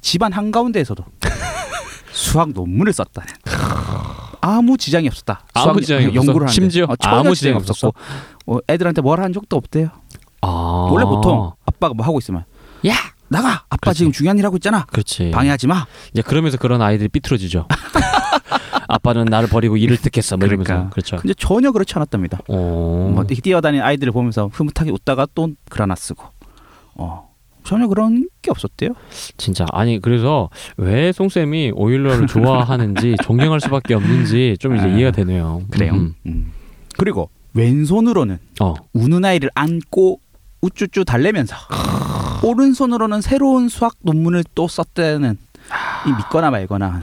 S3: 집안 한 가운데에서도 수학 논문을 썼다는 아무 지장이 없었다.
S2: 아무
S3: 수학
S2: 지장이 없었어.
S3: 연구를 하는데.
S2: 심지어
S3: 어, 전혀
S2: 아무 지장이
S3: 지장이 없었고 어, 애들한테 뭘 한 적도 없대요.
S2: 아.
S3: 원래 보통 아빠가 뭐 하고 있으면
S2: 야
S3: 나가
S2: 그렇지. 예.
S3: 아빠
S2: 그러니까.
S3: 지금 중요한 일 하고 있잖아.
S2: 그렇지.
S3: 방해하지 마.
S2: 이제 그러면서 그런 아이들이 삐뚤어지죠. 아빠는 나를 버리고 일을 듣겠어. 뭐 이러면서
S3: 그러니까.
S2: 그렇죠.
S3: 근데 전혀 그렇지 않았답니다.
S2: 어.
S3: 뭐 뛰어다니는 아이들을 보면서 흐뭇하게 웃다가 또 글 하나 쓰고. 어. 전혀 그런 게 없었대요.
S2: 진짜 아니 그래서 왜 송쌤이 오일러를 좋아하는지 존경할 수밖에 없는지 좀 이제
S3: 아,
S2: 이해가 되네요. 음.
S3: 음. 그리고 왼손으로는
S2: 어.
S3: 우는 아이를 안고 우쭈쭈 달래면서
S2: 아.
S3: 오른손으로는 새로운 수학 논문을 또 썼다는 이 믿거나 말거나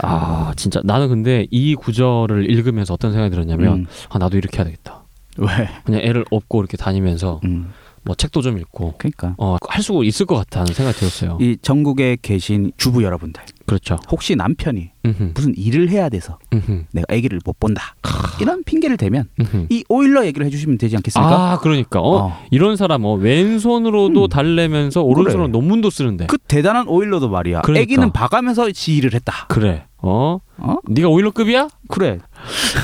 S2: 아 진짜 나는 근데 이 구절을 읽으면서 어떤 생각이 들었냐면
S3: 음.
S2: 아 나도 이렇게 해야 되겠다.
S3: 왜?
S2: 그냥 애를 업고 이렇게 다니면서
S3: 음.
S2: 뭐 책도 좀 읽고
S3: 그러니까
S2: 어 할 수 있을 것 같다는 생각이 들었어요.
S3: 이 전국에 계신 주부 여러분들
S2: 그렇죠.
S3: 혹시 남편이
S2: 음흠,
S3: 무슨 일을 해야 돼서
S2: 음흠,
S3: 내가 아기를 못 본다 이런 핑계를 대면
S2: 음흠.
S3: 이 오일러 얘기를 해주시면 되지 않겠습니까?
S2: 아 그러니까 어,
S3: 어.
S2: 이런 사람 어 왼손으로도 달래면서 오른손으로
S3: 음. 그래.
S2: 논문도 쓰는데
S3: 그 대단한 오일러도 말이야.
S2: 그러니까.
S3: 아기는 봐가면서 지 일을 했다.
S2: 그래 어
S3: 어?
S2: 네가 오일러급이야?
S3: 그래.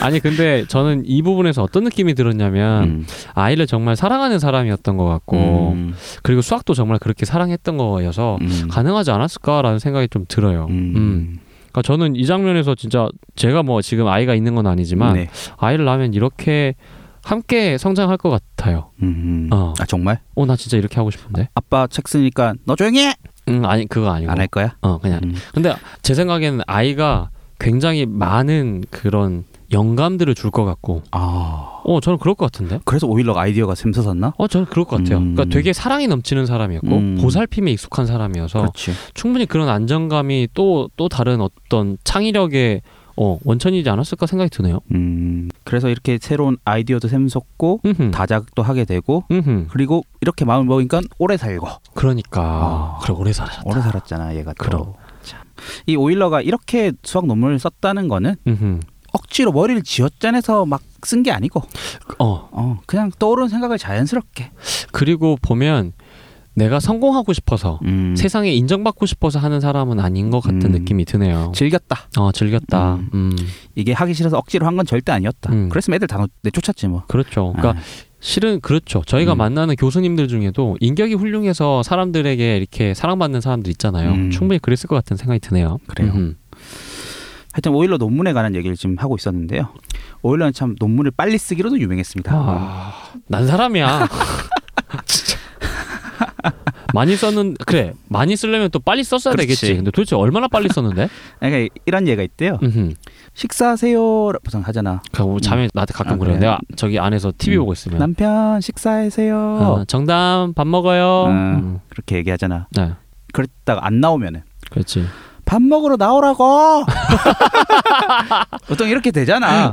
S2: 아니 근데 저는 이 부분에서 어떤 느낌이 들었냐면
S3: 음.
S2: 아이를 정말 사랑하는 사람이었던 것 같고
S3: 음.
S2: 그리고 수학도 정말 그렇게 사랑했던 거여서
S3: 음.
S2: 가능하지 않았을까라는 생각이 좀 들어요. 음. 그러니까 저는 이 장면에서 진짜 제가 뭐 지금 아이가 있는 건 아니지만
S3: 네.
S2: 아이를 낳으면 이렇게 함께 성장할 것 같아요.
S3: 음.
S2: 어.
S3: 아 정말?
S2: 어 나 진짜 이렇게 하고 싶은데.
S3: 아빠 책 쓰니까 너 조용히 해.
S2: 음 아니 그거 아니고.
S3: 안 할 거야?
S2: 어 그냥.
S3: 음.
S2: 근데 제 생각에는 아이가 굉장히 많은 그런 영감들을 줄 것 같고,
S3: 아
S2: 어 저는 그럴 것 같은데.
S3: 그래서 오일러 아이디어가 샘솟았나?
S2: 어 저는 그럴 것 같아요.
S3: 음.
S2: 그러니까 되게 사랑이 넘치는 사람이었고
S3: 음. 그렇죠.
S2: 보살핌에 익숙한 사람이어서
S3: 그렇지.
S2: 충분히 그런 안정감이 또 또 다른 어떤 창의력의 어, 원천이지 않았을까 생각이 드네요.
S3: 음 그래서 이렇게 새로운 아이디어도 샘솟고
S2: 음흠.
S3: 다작도 하게 되고
S2: 음흠.
S3: 그리고 이렇게 마음을 먹으니까 오래 살고
S2: 그러니까
S3: 아.
S2: 그래 오래 살았다.
S3: 오래 살았잖아 얘가. 또.
S2: 그럼.
S3: 참. 이 오일러가 이렇게 수학 논문을 썼다는 거는
S2: 음흠.
S3: 억지로 머리를 지어짜내서 막 쓴 게 아니고
S2: 어
S3: 어 그냥 떠오른 생각을 자연스럽게
S2: 그리고 보면 내가 성공하고 싶어서
S3: 음.
S2: 세상에 인정받고 싶어서 하는 사람은 아닌 것 같은
S3: 음.
S2: 느낌이 드네요.
S3: 즐겼다.
S2: 어 즐겼다. 음.
S3: 음. 이게 하기 싫어서 억지로 한 건 절대 아니었다.
S2: 음.
S3: 그랬으면 애들 다 내쫓았지 뭐.
S2: 그렇죠. 그러니까 실은 그렇죠. 저희가
S3: 음.
S2: 만나는 교수님들 중에도 인격이 훌륭해서 사람들에게 이렇게 사랑받는 사람들 있잖아요.
S3: 음.
S2: 충분히 그랬을 것 같은 생각이 드네요.
S3: 그래요.
S2: 음.
S3: 하여튼 오일러 논문에 관한 얘기를 지금 하고 있었는데요. 오일러는 참 논문을 빨리 쓰기로도 유명했습니다.
S2: 아, 난 사람이야. 진짜. 많이 썼는 그래 많이 쓰려면 또 빨리 썼어야
S3: 그렇지.
S2: 되겠지. 근데 도대체 얼마나 빨리 썼는데?
S3: 그러니까 이런 얘가 있대요.
S2: 음흠.
S3: 식사하세요. 보통 하잖아.
S2: 그러니까 뭐 자매 나한테 가끔
S3: 아,
S2: 그래. 요
S3: 그래.
S2: 내가 저기 안에서 TV
S3: 음.
S2: 보고 있으면
S3: 남편 식사하세요.
S2: 네. 아, 정담 밥 먹어요.
S3: 음.
S2: 음.
S3: 그렇게 얘기하잖아.
S2: 네,
S3: 그랬다가 안 나오면은
S2: 그렇지.
S3: 밥 먹으러 나오라고. 보통 이렇게 되잖아.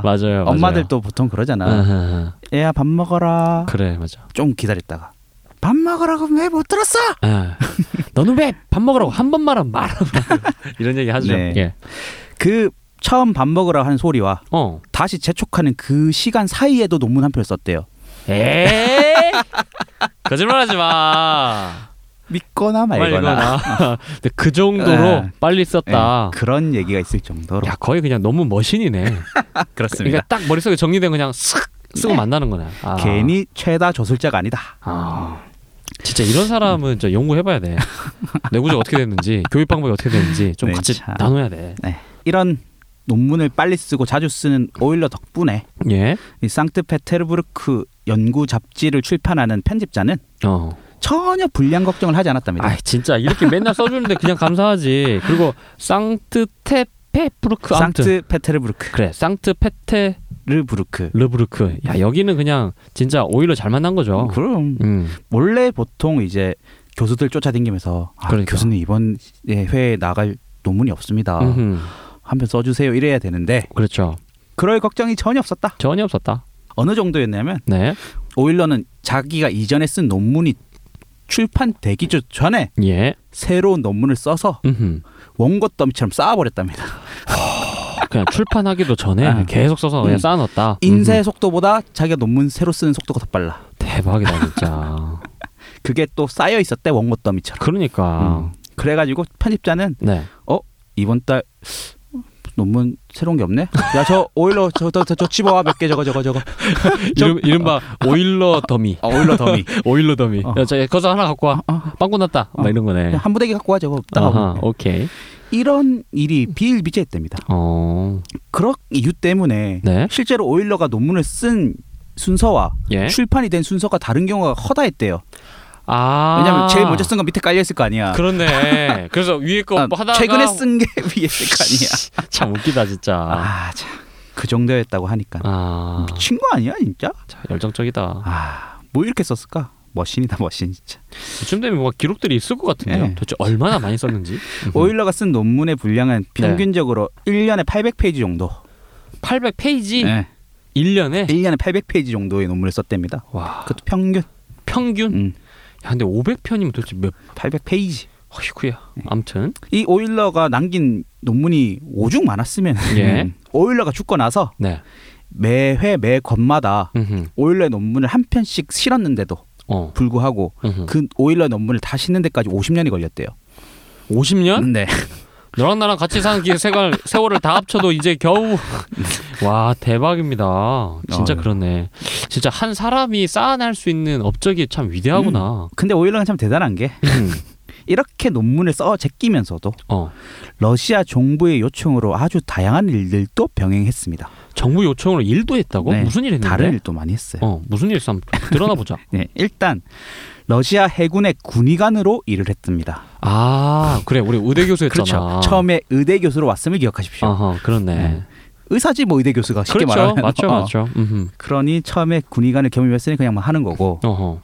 S2: 맞아요. 맞아요.
S3: 엄마들도 보통 그러잖아.
S2: 아하,
S3: 얘야 밥 먹어라.
S2: 그래 맞아.
S3: 좀 기다렸다가 밥 먹으라고 왜 못 들었어?
S2: 아, 너는 왜 밥 먹으라고 한 번만 하면 말아. 이런 얘기 하죠.
S3: 네.
S2: 예.
S3: 그 처음 밥 먹으라고 하는 소리와
S2: 어.
S3: 다시 재촉하는 그 시간 사이에도 논문 한 편 썼대요.
S2: 에. 거짓말하지 마.
S3: 믿거나 말거나.
S2: 말거나. 근데 그 정도로
S3: 예.
S2: 빨리 썼다.
S3: 예, 그런 얘기가 있을 정도로
S2: 야 거의 그냥 너무 머신이네. 그러니까 딱 머릿속에 정리된 그냥 쓱 쓰고 만나는 거네. 아.
S3: 괜히 최다 저술자가 아니다.
S2: 아. 진짜 이런 사람은 진짜 연구해봐야 돼. 내구조 어떻게 됐는지, 교육 방법이 어떻게 됐는지 좀
S3: 네,
S2: 같이
S3: 참.
S2: 나눠야 돼.
S3: 이런 논문을 빨리 쓰고 자주 쓰는 오일러 덕분에
S2: 예.
S3: 이 상트페테르부르크 연구 잡지를 출판하는 편집자는
S2: 어.
S3: 전혀 불량 걱정을 하지 않았답니다.
S2: 아 진짜 이렇게 맨날 써주는데 그냥 감사하지. 그리고 쌍트테 페프르크 아무튼
S3: 상트 페테르부르크
S2: 그래 상트 페테
S3: 르부르크
S2: 르부르크 야 여기는 그냥 진짜 오히려 잘 만난 거죠.
S3: 그럼
S2: 음
S3: 원래 보통 이제 교수들 쫓아다니면서 아,
S2: 그러니까.
S3: 교수님 이번 예, 회에 나갈 논문이 없습니다.
S2: 음흠.
S3: 한 편 써주세요 이래야 되는데
S2: 그렇죠
S3: 그럴 걱정이 전혀 없었다.
S2: 전혀 없었다.
S3: 어느 정도였냐면
S2: 네
S3: 오일러는 자기가 이전에 쓴 논문이 출판되기 조- 전에
S2: 예.
S3: 새로운 논문을 써서
S2: 음흠.
S3: 원고 더미처럼 쌓아버렸답니다.
S2: 그냥 출판하기도 전에
S3: 아.
S2: 계속 써서 그냥
S3: 음.
S2: 쌓아놨다.
S3: 인쇄
S2: 음흠.
S3: 속도보다 자기가 논문 새로 쓰는 속도가 더 빨라.
S2: 대박이다 진짜.
S3: 그게 또 쌓여 있었대 원고 더미처럼. 아. 음.
S2: 그러니까
S3: 그래가지고 편집자는
S2: 네
S3: 이번 달 논문 새로운 게 없네. 야 저 오일러 저저 저, 저 집어와 몇 개 저거 저거 저거.
S2: 이름 이른바 오일러 더미
S3: 아, 어. 오일러 더미.
S2: 오일러 더미.
S3: 어.
S2: 야, 저 거기서 하나 갖고 와.
S3: 아, 아,
S2: 빵꾸 났다. 막
S3: 어.
S2: 이런 거네.
S3: 그냥 한 부대기 갖고 와 저거
S2: 아하,
S3: 없다가
S2: 오케이.
S3: 이런 일이 비일비재했답니다.
S2: 어,
S3: 그런 이유 때문에
S2: 네.
S3: 실제로 오일러가 논문을 쓴 순서와
S2: 예.
S3: 출판이 된 순서가 다른 경우가 허다했대요.
S2: 아.
S3: 왜냐면 제일 먼저 쓴 건 밑에 깔려 있을 거 아니야.
S2: 그렇네. 그래서 위에 거
S3: 아,
S2: 뭐 하다가
S3: 최근에 쓴 게 위에 있을 거 아니야.
S2: 참 웃기다 진짜.
S3: 아 참, 그 정도였다고 하니까
S2: 아,
S3: 미친 거 아니야 진짜?
S2: 자, 열정적이다.
S3: 아 뭐 이렇게 썼을까? 머신이다 머신 진짜.
S2: 이쯤 되면 뭔가 기록들이 있을 것 같은데요.
S3: 예.
S2: 도대체 얼마나 많이 썼는지.
S3: 오일러가 쓴 논문의 분량은
S2: 네.
S3: 평균적으로 1년에 800페이지 정도.
S2: 800 페이지
S3: 네.
S2: 1년에
S3: 1년에 800페이지 정도의 논문을 썼답니다.
S2: 와
S3: 그것도 평균.
S2: 평균.
S3: 음,
S2: 야, 근데 500편이면 도대체 몇?
S3: 800페이지.
S2: 어이구야.
S3: 네.
S2: 아무튼
S3: 이 오일러가 남긴 논문이 오죽 많았으면
S2: 예.
S3: 오일러가 죽고 나서
S2: 네.
S3: 매회 매 권마다
S2: 음흠.
S3: 오일러의 논문을 한 편씩 실었는데도
S2: 어.
S3: 불구하고
S2: 음흠.
S3: 그 오일러 논문을 다 싣는 데까지 50년이 걸렸대요.
S2: 50년?
S3: 네.
S2: 너랑 나랑 같이 사는 기- 세월 세월을 다 합쳐도 이제 겨우 와 대박입니다. 진짜
S3: 어, 예.
S2: 그렇네. 진짜 한 사람이 쌓아낼 수 있는 업적이 참 위대하구나.
S3: 근데 오일러는 참 대단한 게
S2: 음.
S3: 이렇게 논문을 써 제끼면서도
S2: 어
S3: 러시아 정부의 요청으로 아주 다양한 일들도 병행했습니다.
S2: 정부 요청으로 일도 했다고?
S3: 네,
S2: 무슨 일 했는데?
S3: 다른 일도 많이 했어요.
S2: 음. 어 무슨 일 했어? 한번 드러나 보자.
S3: 네, 일단 러시아 해군의 군의관으로 일을 했습니다. 그렇죠.
S2: 아 그래 우리 의대 교수였잖아.
S3: 처음에 의대 교수로 왔음을 기억하십시오.
S2: 아하 그렇네.
S3: 네. 의사지 뭐 의대 교수가 쉽게
S2: 그렇죠.
S3: 말하면
S2: 맞죠,
S3: 어.
S2: 맞죠. 음.
S3: 그러니 처음에 군의관을 겸임했으니 그냥 뭐 하는 거고
S2: 어허.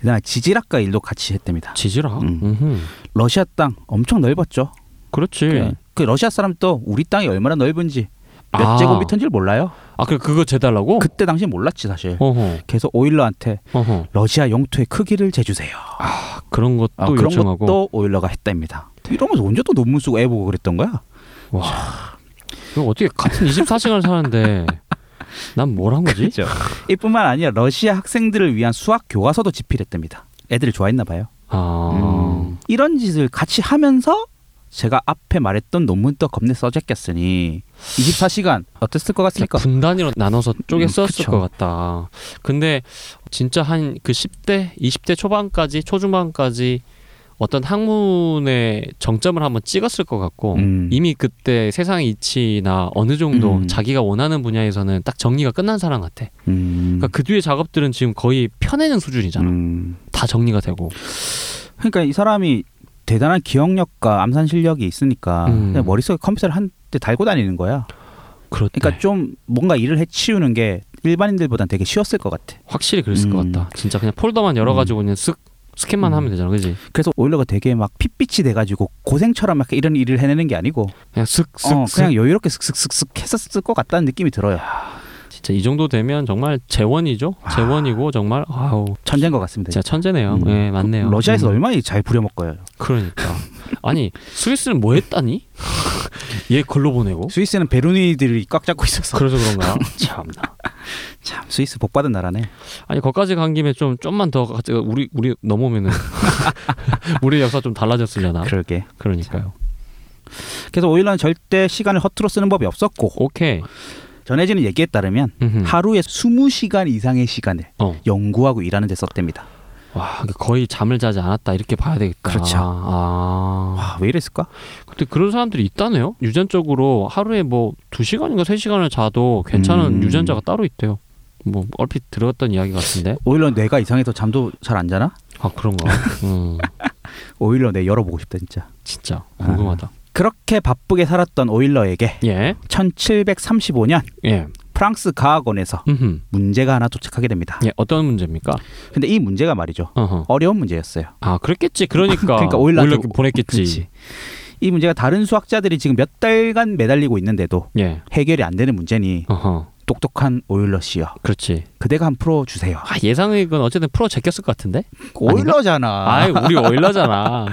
S3: 그다음에 지질학과 일도 같이 했답니다.
S2: 지지라.
S3: 음.
S2: 음.
S3: 러시아 땅 엄청 넓었죠.
S2: 그렇지.
S3: 그, 그 러시아 사람 또 우리 땅이 얼마나 넓은지 몇
S2: 아.
S3: 제곱미터인지 를 몰라요.
S2: 아 그래 그거 재달라고?
S3: 그때 당시 몰랐지 사실.
S2: 어허.
S3: 그래서 오일러한테
S2: 어허.
S3: 러시아 영토의 크기를 재주세요.
S2: 그런 것도
S3: 아, 그런
S2: 요청하고.
S3: 것도 오일러가 했답니다. 이러면서 언제 또 논문 쓰고 애 보고 그랬던 거야?
S2: 와. 이거 어떻게 같은 24시간을 사는데 난 뭘 한 거지?
S3: 그죠. 이뿐만 아니라 러시아 학생들을 위한 수학 교과서도 집필했답니다. 애들이 좋아했나 봐요.
S2: 아.
S3: 이런 짓을 같이 하면서 제가 앞에 말했던 논문도 겁내 써제꼈으니 24시간 어땠을
S2: 진짜
S3: 것
S2: 그러니까
S3: 같습니까?
S2: 분단위로 나눠서 쪼개
S3: 그러니까 음,
S2: 썼을
S3: 그쵸.
S2: 것 같다. 근데 진짜 한 그 10대, 20대 초반까지 초중반까지 어떤 학문의 정점을 한번 찍었을 것 같고
S3: 음.
S2: 그 이미 그때 세상의 이치나 어느 정도
S3: 음.
S2: 자기가 원하는 분야에서는 딱 정리가 끝난 사람 같아.
S3: 음.
S2: 그러니까 그 뒤에 작업들은 지금 거의 펴내는 수준이잖아.
S3: 음.
S2: 다 정리가 되고.
S3: 그러니까 이 사람이 대단한 기억력과 암산 실력이 있으니까
S2: 음.
S3: 그냥 머릿속에 컴퓨터를 한 대 달고 다니는 거야.
S2: 그렇대.
S3: 그러니까 좀 뭔가 일을 해치우는 게 일반인들보단 되게 쉬웠을 것 같아.
S2: 확실히 그랬을 것
S3: 음.
S2: 같다. 진짜 그냥 폴더만 열어가지고 그냥 쓱 스캔만
S3: 음.
S2: 하면 되잖아, 그지?
S3: 그래서 오일러가 되게 막 핏빛이 돼가지고 고생처럼 막 이런 일을 해내는 게 아니고
S2: 그냥 쓱쓱
S3: 어, 그냥 여유롭게 슥슥슥슥 했었을 것 같다는 느낌이 들어요.
S2: 진짜 이 정도 되면 정말 재원이죠. 재원이고 정말 아우
S3: 천재인 것 같습니다.
S2: 진짜 천재네요.
S3: 아. 음.
S2: 예, 맞네요.
S3: 러시아에서
S2: 음,
S3: 얼마나 잘 부려먹어요.
S2: 그러니까 아니 스위스는 뭐 했다니? 얘 글로 보내고
S3: 스위스는 베르니들이 꽉 잡고 있어서
S2: 그래서 그런가? 그렇죠, 참나.
S3: 참 스위스 복 받은 나라네.
S2: 아니 거기까지 간 김에 좀 좀만 더 같이 우리 우리 넘어오면은 우리 역사 좀 달라졌으려나?
S3: 그러게. 그렇죠.
S2: 그러니까요.
S3: 그래서 오일러는 절대 시간을 허투루 쓰는 법이 없었고
S2: 오케이.
S3: 전해지는 얘기에 따르면
S2: 음흠.
S3: 하루에 20시간 이상의 시간을
S2: 어.
S3: 연구하고 일하는 데 썼답니다.
S2: 와 거의 잠을 자지 않았다 이렇게 봐야 되겠다.
S3: 그렇죠.
S2: 아.
S3: 와, 왜 이랬을까?
S2: 근데 그런 사람들이 있다네요. 유전적으로 하루에 뭐 두 시간인가 세 시간을 자도 괜찮은
S3: 음.
S2: 유전자가 따로 있대요. 뭐 얼핏 들었던 이야기 같은데.
S3: 오일러 뇌가 이상해서 잠도 잘 안 자나?
S2: 아 그런가. 음,
S3: 오일러 뇌 열어보고 싶다 진짜.
S2: 진짜 궁금하다.
S3: 그렇게 바쁘게 살았던 오일러에게
S2: 예.
S3: 1735년
S2: 예.
S3: 프랑스 과학원에서
S2: 음흠.
S3: 문제가 하나 도착하게 됩니다.
S2: 예. 어떤 문제입니까?
S3: 근데 이 문제가 말이죠.
S2: 어허.
S3: 어려운 문제였어요.
S2: 아, 그랬겠지. 그러니까.
S3: 그러니까 오일러
S2: 오일러
S3: 그-
S2: 보냈겠지.
S3: 그치. 이 문제가 다른 수학자들이 지금 몇 달간 매달리고 있는데도
S2: 예.
S3: 해결이 안 되는 문제니
S2: 어허.
S3: 똑똑한 오일러 씨여.
S2: 그렇지.
S3: 그대가 한 풀어 주세요.
S2: 아, 예상액은 어쨌든 풀어 제꼈을 것 같은데?
S3: 오일러잖아.
S2: 아, 이 우리 오일러잖아.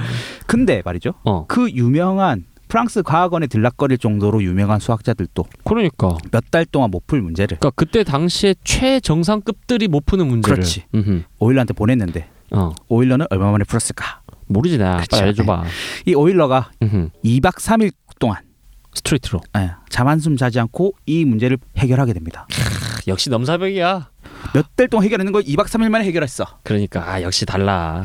S3: 근데 말이죠.
S2: 어.
S3: 그 유명한 프랑스 과학원에 들락거릴 정도로 유명한 수학자들도
S2: 그러니까.
S3: 몇 달 동안 못 풀 문제를
S2: 그러니까 그때 당시에 최정상급들이 못 푸는 문제를.
S3: 그렇지.
S2: 음흠.
S3: 오일러한테 보냈는데
S2: 어.
S3: 오일러는 얼마 만에 풀었을까?
S2: 모르지 나.
S3: 그치.
S2: 빨리 알려 줘 봐.
S3: 이 오일러가
S2: 음흠.
S3: 2박 3일 동안
S2: 스트레이트로.
S3: 예, 잠 한숨 자지 않고 이 문제를 해결하게 됩니다.
S2: 크, 역시 넘사벽이야.
S3: 몇 달 동안 해결하는 걸 2박 3일 만에 해결했어.
S2: 그러니까 아, 역시 달라.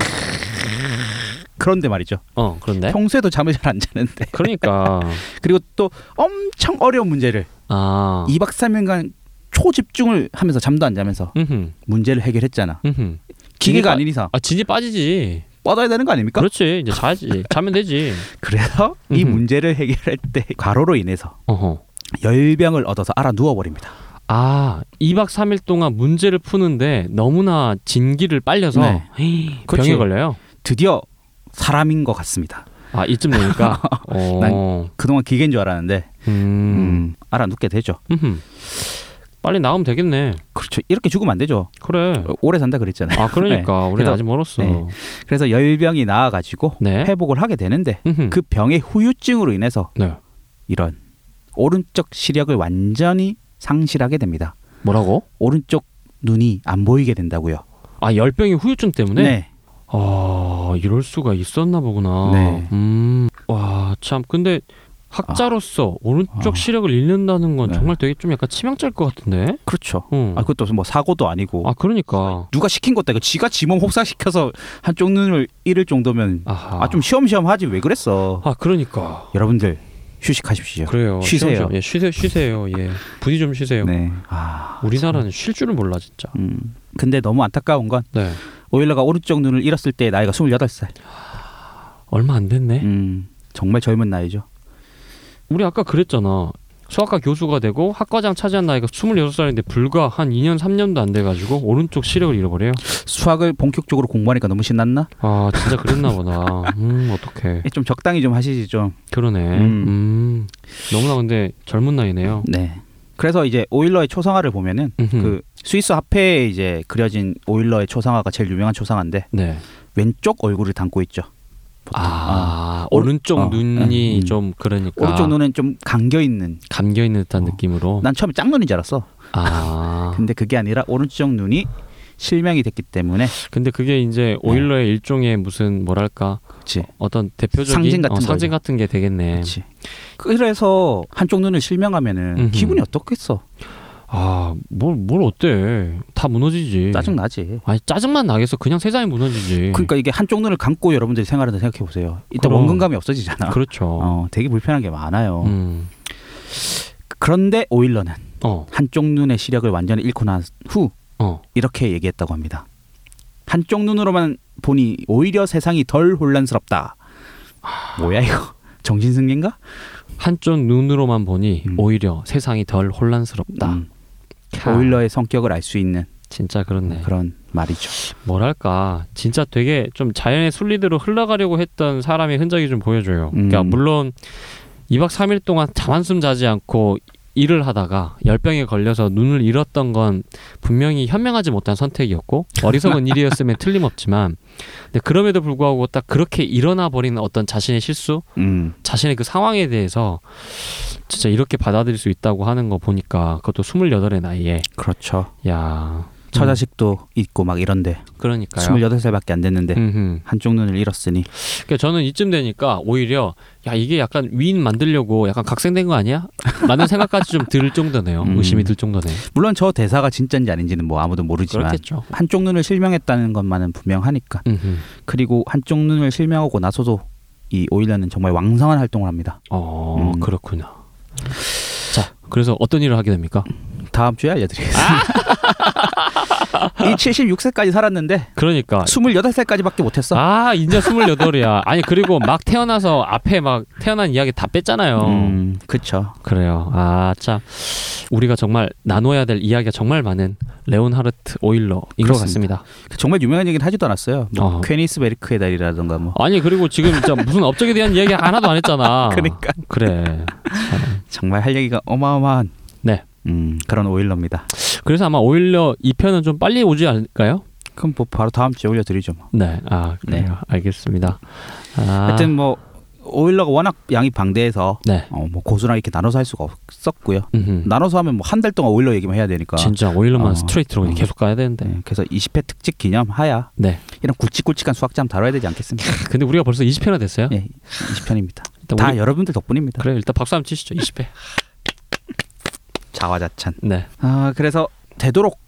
S3: 그런데 말이죠.
S2: 어, 그런데.
S3: 평소에도 잠을 잘 안 자는데
S2: 그러니까
S3: 그리고 또 엄청 어려운 문제를
S2: 아.
S3: 2박 3일간 초집중을 하면서 잠도 안 자면서
S2: 음흠.
S3: 문제를 해결했잖아.
S2: 음흠.
S3: 기계가
S2: 그러니까-
S3: 아닌 이상
S2: 아, 진이 빠지지.
S3: 뻗어야 되는 거 아닙니까?
S2: 그렇지. 이제 자야지. 자면 되지.
S3: 그래서 이
S2: 음흠.
S3: 문제를 해결할 때 과로로 인해서
S2: 어허.
S3: 열병을 얻어서 알아 누워 버립니다.
S2: 아, 2박 3일 동안 문제를 푸는데 너무나 진기를 빨려서
S3: 네.
S2: 헤이,
S3: 그렇지.
S2: 병에 걸려요.
S3: 드디어 사람인 것 같습니다.
S2: 아, 이쯤 되니까. 어.
S3: 그동안 기계인 줄 알았는데
S2: 음.
S3: 음, 알아 눕게 되죠.
S2: 음흠. 빨리 나오면 되겠네.
S3: 그렇죠. 이렇게 죽으면 안 되죠.
S2: 그래.
S3: 어, 오래 산다 그랬잖아요.
S2: 아, 그러니까 우리
S3: 그래서-
S2: 아직 멀었어.
S3: 네. 그래서 열병이 나아가지고
S2: 네.
S3: 회복을 하게 되는데
S2: 음흠.
S3: 그 병의 후유증으로 인해서
S2: 네.
S3: 이런 오른쪽 시력을 완전히 상실하게 됩니다.
S2: 뭐라고?
S3: 오른쪽 눈이 안 보이게 된다고요.
S2: 아, 열병이 후유증 때문에? 아, 이럴 수가 있었나 보구나.
S3: 네.
S2: 음. 와, 참. 근데 학자로서 오른쪽
S3: 아.
S2: 시력을 잃는다는 건
S3: 네.
S2: 정말 되게 좀 약간 치명적일 것 같은데.
S3: 그렇죠.
S2: 응.
S3: 아 그것도 뭐 사고도 아니고
S2: 음. 아, 그러니까.
S3: 누가 시킨 것도 아니고 지가 지몸 혹사시켜서 한쪽 눈을 잃을 정도면
S2: 아하.
S3: 아 좀 시험시험 하지 왜 그랬어.
S2: 아, 그러니까.
S3: 여러분들 휴식하십시오.
S2: 그래요. 시험
S3: 쉬세요.
S2: 시험. 예, 쉬세요. 쉬세요. 예. 부디 좀 쉬세요.
S3: 네. 아,
S2: 우리나라는 쉴 줄을 몰라 진짜.
S3: 음. 근데 너무 안타까운 건
S2: 네.
S3: 오일러가 오른쪽 눈을 잃었을 때 나이가 28살.
S2: 얼마 안 됐네.
S3: 음. 정말 젊은 나이죠.
S2: 우리 아까 그랬잖아. 수학과 교수가 되고 학과장 차지한 나이가 26살인데 불과 한 2년 3년도 안 돼 가지고 오른쪽 시력을 잃어버려요.
S3: 수학을 본격적으로 공부하니까 너무 신났나?
S2: 아, 진짜 그랬나 보다. 음, 어떡해.
S3: 좀 적당히 좀 하시지 좀.
S2: 그러네.
S3: 음.
S2: 음. 너무나 근데 젊은 나이네요.
S3: 네. 그래서 이제 오일러의 초상화를 보면은
S2: 음흠.
S3: 그 스위스 화폐에 이제 그려진 오일러의 초상화가 제일 유명한 초상화인데
S2: 네.
S3: 왼쪽 얼굴을 담고 있죠.
S2: 아,
S3: 아.
S2: 오른쪽
S3: 어.
S2: 눈이
S3: 음.
S2: 좀 그러니까
S3: 오른쪽 눈은 좀 감겨 있는.
S2: 감겨 있는 듯한
S3: 어.
S2: 느낌으로.
S3: 난 처음에 짝눈인 줄 알았어.
S2: 아.
S3: 근데 그게 아니라 오른쪽 눈이 실명이 됐기 때문에
S2: 근데 그게
S3: 네.
S2: 이제 오일러의 일종의 무슨 뭐랄까
S3: 그렇지.
S2: 어떤 대표적인
S3: 상징 같은
S2: 어, 상징
S3: 거죠.
S2: 같은 게 되겠네.
S3: 그렇지. 그래서 한쪽 눈을 실명하면은
S2: 음흠.
S3: 기분이 어떻겠어?
S2: 아, 뭘, 뭘 어때? 다 무너지지.
S3: 짜증 나지.
S2: 아니, 짜증만 나겠어. 그냥 세상이 무너지지.
S3: 그러니까 이게 한쪽 눈을 감고 여러분들이 생활한다 생각해 보세요.
S2: 예.
S3: 일단
S2: 그럼.
S3: 원근감이 없어지잖아.
S2: 렇죠
S3: 어, 되게 불편한 게 많아요.
S2: 음.
S3: 그런데 오일러는
S2: 어,
S3: 한쪽 눈의 시력을 완전히 잃고 난 후
S2: 어.
S3: 이렇게 얘기했다고 합니다. 한쪽 눈으로만 보니 오히려 세상이 덜 혼란스럽다. 뭐야 이거? 정신승리인가?
S2: 한쪽 눈으로만 보니
S3: 음.
S2: 오히려 세상이 덜 혼란스럽다.
S3: 음,
S2: 캬,
S3: 오일러의 성격을 알 수 있는
S2: 진짜 그렇네.
S3: 음, 그런 말이죠.
S2: 뭐랄까, 진짜 되게 좀 자연의 순리대로 흘러가려고 했던 사람의 흔적이 좀 보여줘요.
S3: 음.
S2: 그러니까 물론 2박 3일 동안 잠 한숨 자지 않고 일을 하다가 열병에 걸려서 눈을 잃었던 건 분명히 현명하지 못한 선택이었고 어리석은 일이었으면 틀림없지만 근데 그럼에도 불구하고 딱 그렇게 일어나 버린 어떤 자신의 실수
S3: 음,
S2: 자신의 그 상황에 대해서 진짜 이렇게 받아들일 수 있다고 하는 거 보니까 그것도 28의 나이에
S3: 그렇죠.
S2: 야
S3: 처자식도 있고 막 이런데
S2: 음, 그러니까요 네.
S3: 28살밖에 안 됐는데
S2: 음흠.
S3: 한쪽 눈을 잃었으니
S2: 그러니까 저는 이쯤 되니까 오히려 야 이게 약간 위인 만들려고 약간 각색된 거 아니야? 라는 생각까지 좀 들 정도네요.
S3: 음.
S2: 의심이 들 정도네.
S3: 물론 저 대사가 진짜인지 아닌지는 뭐 아무도 모르지만
S2: 그렇겠죠.
S3: 한쪽 눈을 실명했다는 것만은 분명하니까
S2: 음흠.
S3: 그리고 한쪽 눈을 실명하고 나서도 이 오일러는 정말 왕성한 활동을 합니다.
S2: 어
S3: 음.
S2: 그렇구나. 자 그래서 어떤 일을 하게 됩니까?
S3: 다음 주에 알려드리겠습니다. 이 76세까지 살았는데
S2: 그러니까
S3: 28세까지밖에 못했어.
S2: 아 이제 스물여덟이야. 아니 그리고 막 태어나서 앞에 막 태어난 이야기 다 뺐잖아요.
S3: 음, 그쵸.
S2: 그래요. 아 참 우리가 정말 나눠야 될 이야기가 정말 많은 레온하르트 오일러인 것
S3: 그렇습니다.
S2: 같습니다.
S3: 정말 유명한 얘기는 하지도 않았어요. 뭐
S2: 어.
S3: 퀘니스베르크의 달이라던가 뭐.
S2: 아니 그리고 지금 진짜 무슨 업적에 대한 이야기 하나도 안 했잖아.
S3: 그러니까
S2: 그래.
S3: 정말 할 얘기가 어마어마한
S2: 네.
S3: 음, 그런 오일러입니다.
S2: 그래서 아마 오일러 2편은 좀 빨리 오지 않을까요?
S3: 그럼 뭐 바로 다음 주에 올려드리죠. 뭐.
S2: 네. 아 그래요.
S3: 네.
S2: 알겠습니다. 아,
S3: 하여튼 뭐 오일러가 워낙 양이 방대해서
S2: 네.
S3: 어, 뭐 고수랑 이렇게 나눠서 할 수가 없었고요.
S2: 음흠.
S3: 나눠서 하면 뭐 한 달 동안 오일러 얘기만 해야 되니까.
S2: 진짜 오일러만
S3: 어.
S2: 스트레이트로 그냥
S3: 어.
S2: 계속 가야 되는데.
S3: 네, 그래서 20회 특집 기념 하야
S2: 네.
S3: 이런 굵직굵직한 수학잠 다뤄야 되지 않겠습니까?
S2: 근데 우리가 벌써 20회나 됐어요.
S3: 예, 20편입니다.
S2: 일단
S3: 다
S2: 우리-
S3: 여러분들 덕분입니다.
S2: 그래 일단 박수 한번 치시죠. 20회.
S3: 자화자찬.
S2: 네.
S3: 아 그래서 되도록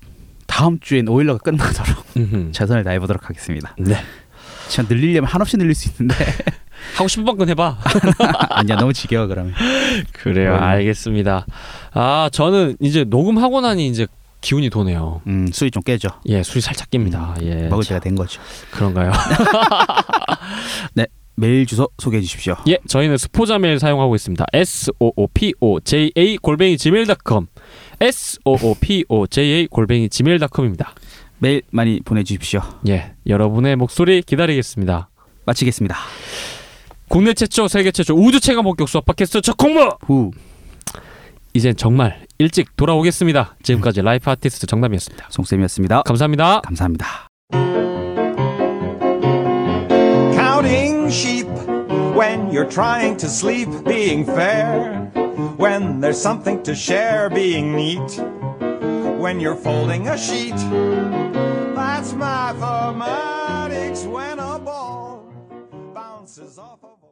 S3: 다음 주엔 오일러가 끝나도록
S2: 음흠.
S3: 최선을 다해보도록 하겠습니다.
S2: 네.
S3: 진짜 늘리려면 한없이 늘릴 수 있는데
S2: 하고 싶은 만큼 해봐.
S3: 아니야 너무 지겨워 그러면. 음,
S2: 그래요. 네, 알겠습니다. 아 저는 이제 녹음하고 나니 이제 기운이 도네요.
S3: 음 술이 좀 깨죠.
S2: 예, 술이 살짝 깁니다. 예,
S3: 먹을
S2: 자,
S3: 때가 된 거죠.
S2: 그런가요?
S3: 메일 주소 소개해 주십시오.
S2: 예, 저희는 스포자 메일 사용하고 있습니다. s o o p o j a 골뱅이 gmail.com s o o p o j a 골뱅이 gmail.com입니다.
S3: 메일 많이 보내주십시오.
S2: 예, 여러분의 목소리 기다리겠습니다.
S3: 마치겠습니다.
S2: 국내 최초, 세계 최초, 우주 체감 목격 수업 팟캐스트 첫 공모.
S3: 후.
S2: 이젠 정말 일찍 돌아오겠습니다. 지금까지 라이프 아티스트 정남이었습니다.
S3: 송쌤이었습니다.
S2: 감사합니다.
S3: 감사합니다.
S1: counting sheep when you're trying to sleep, being fair, when there's something to share, being neat, when you're folding a sheet. That's my mathematics when a ball bounces off a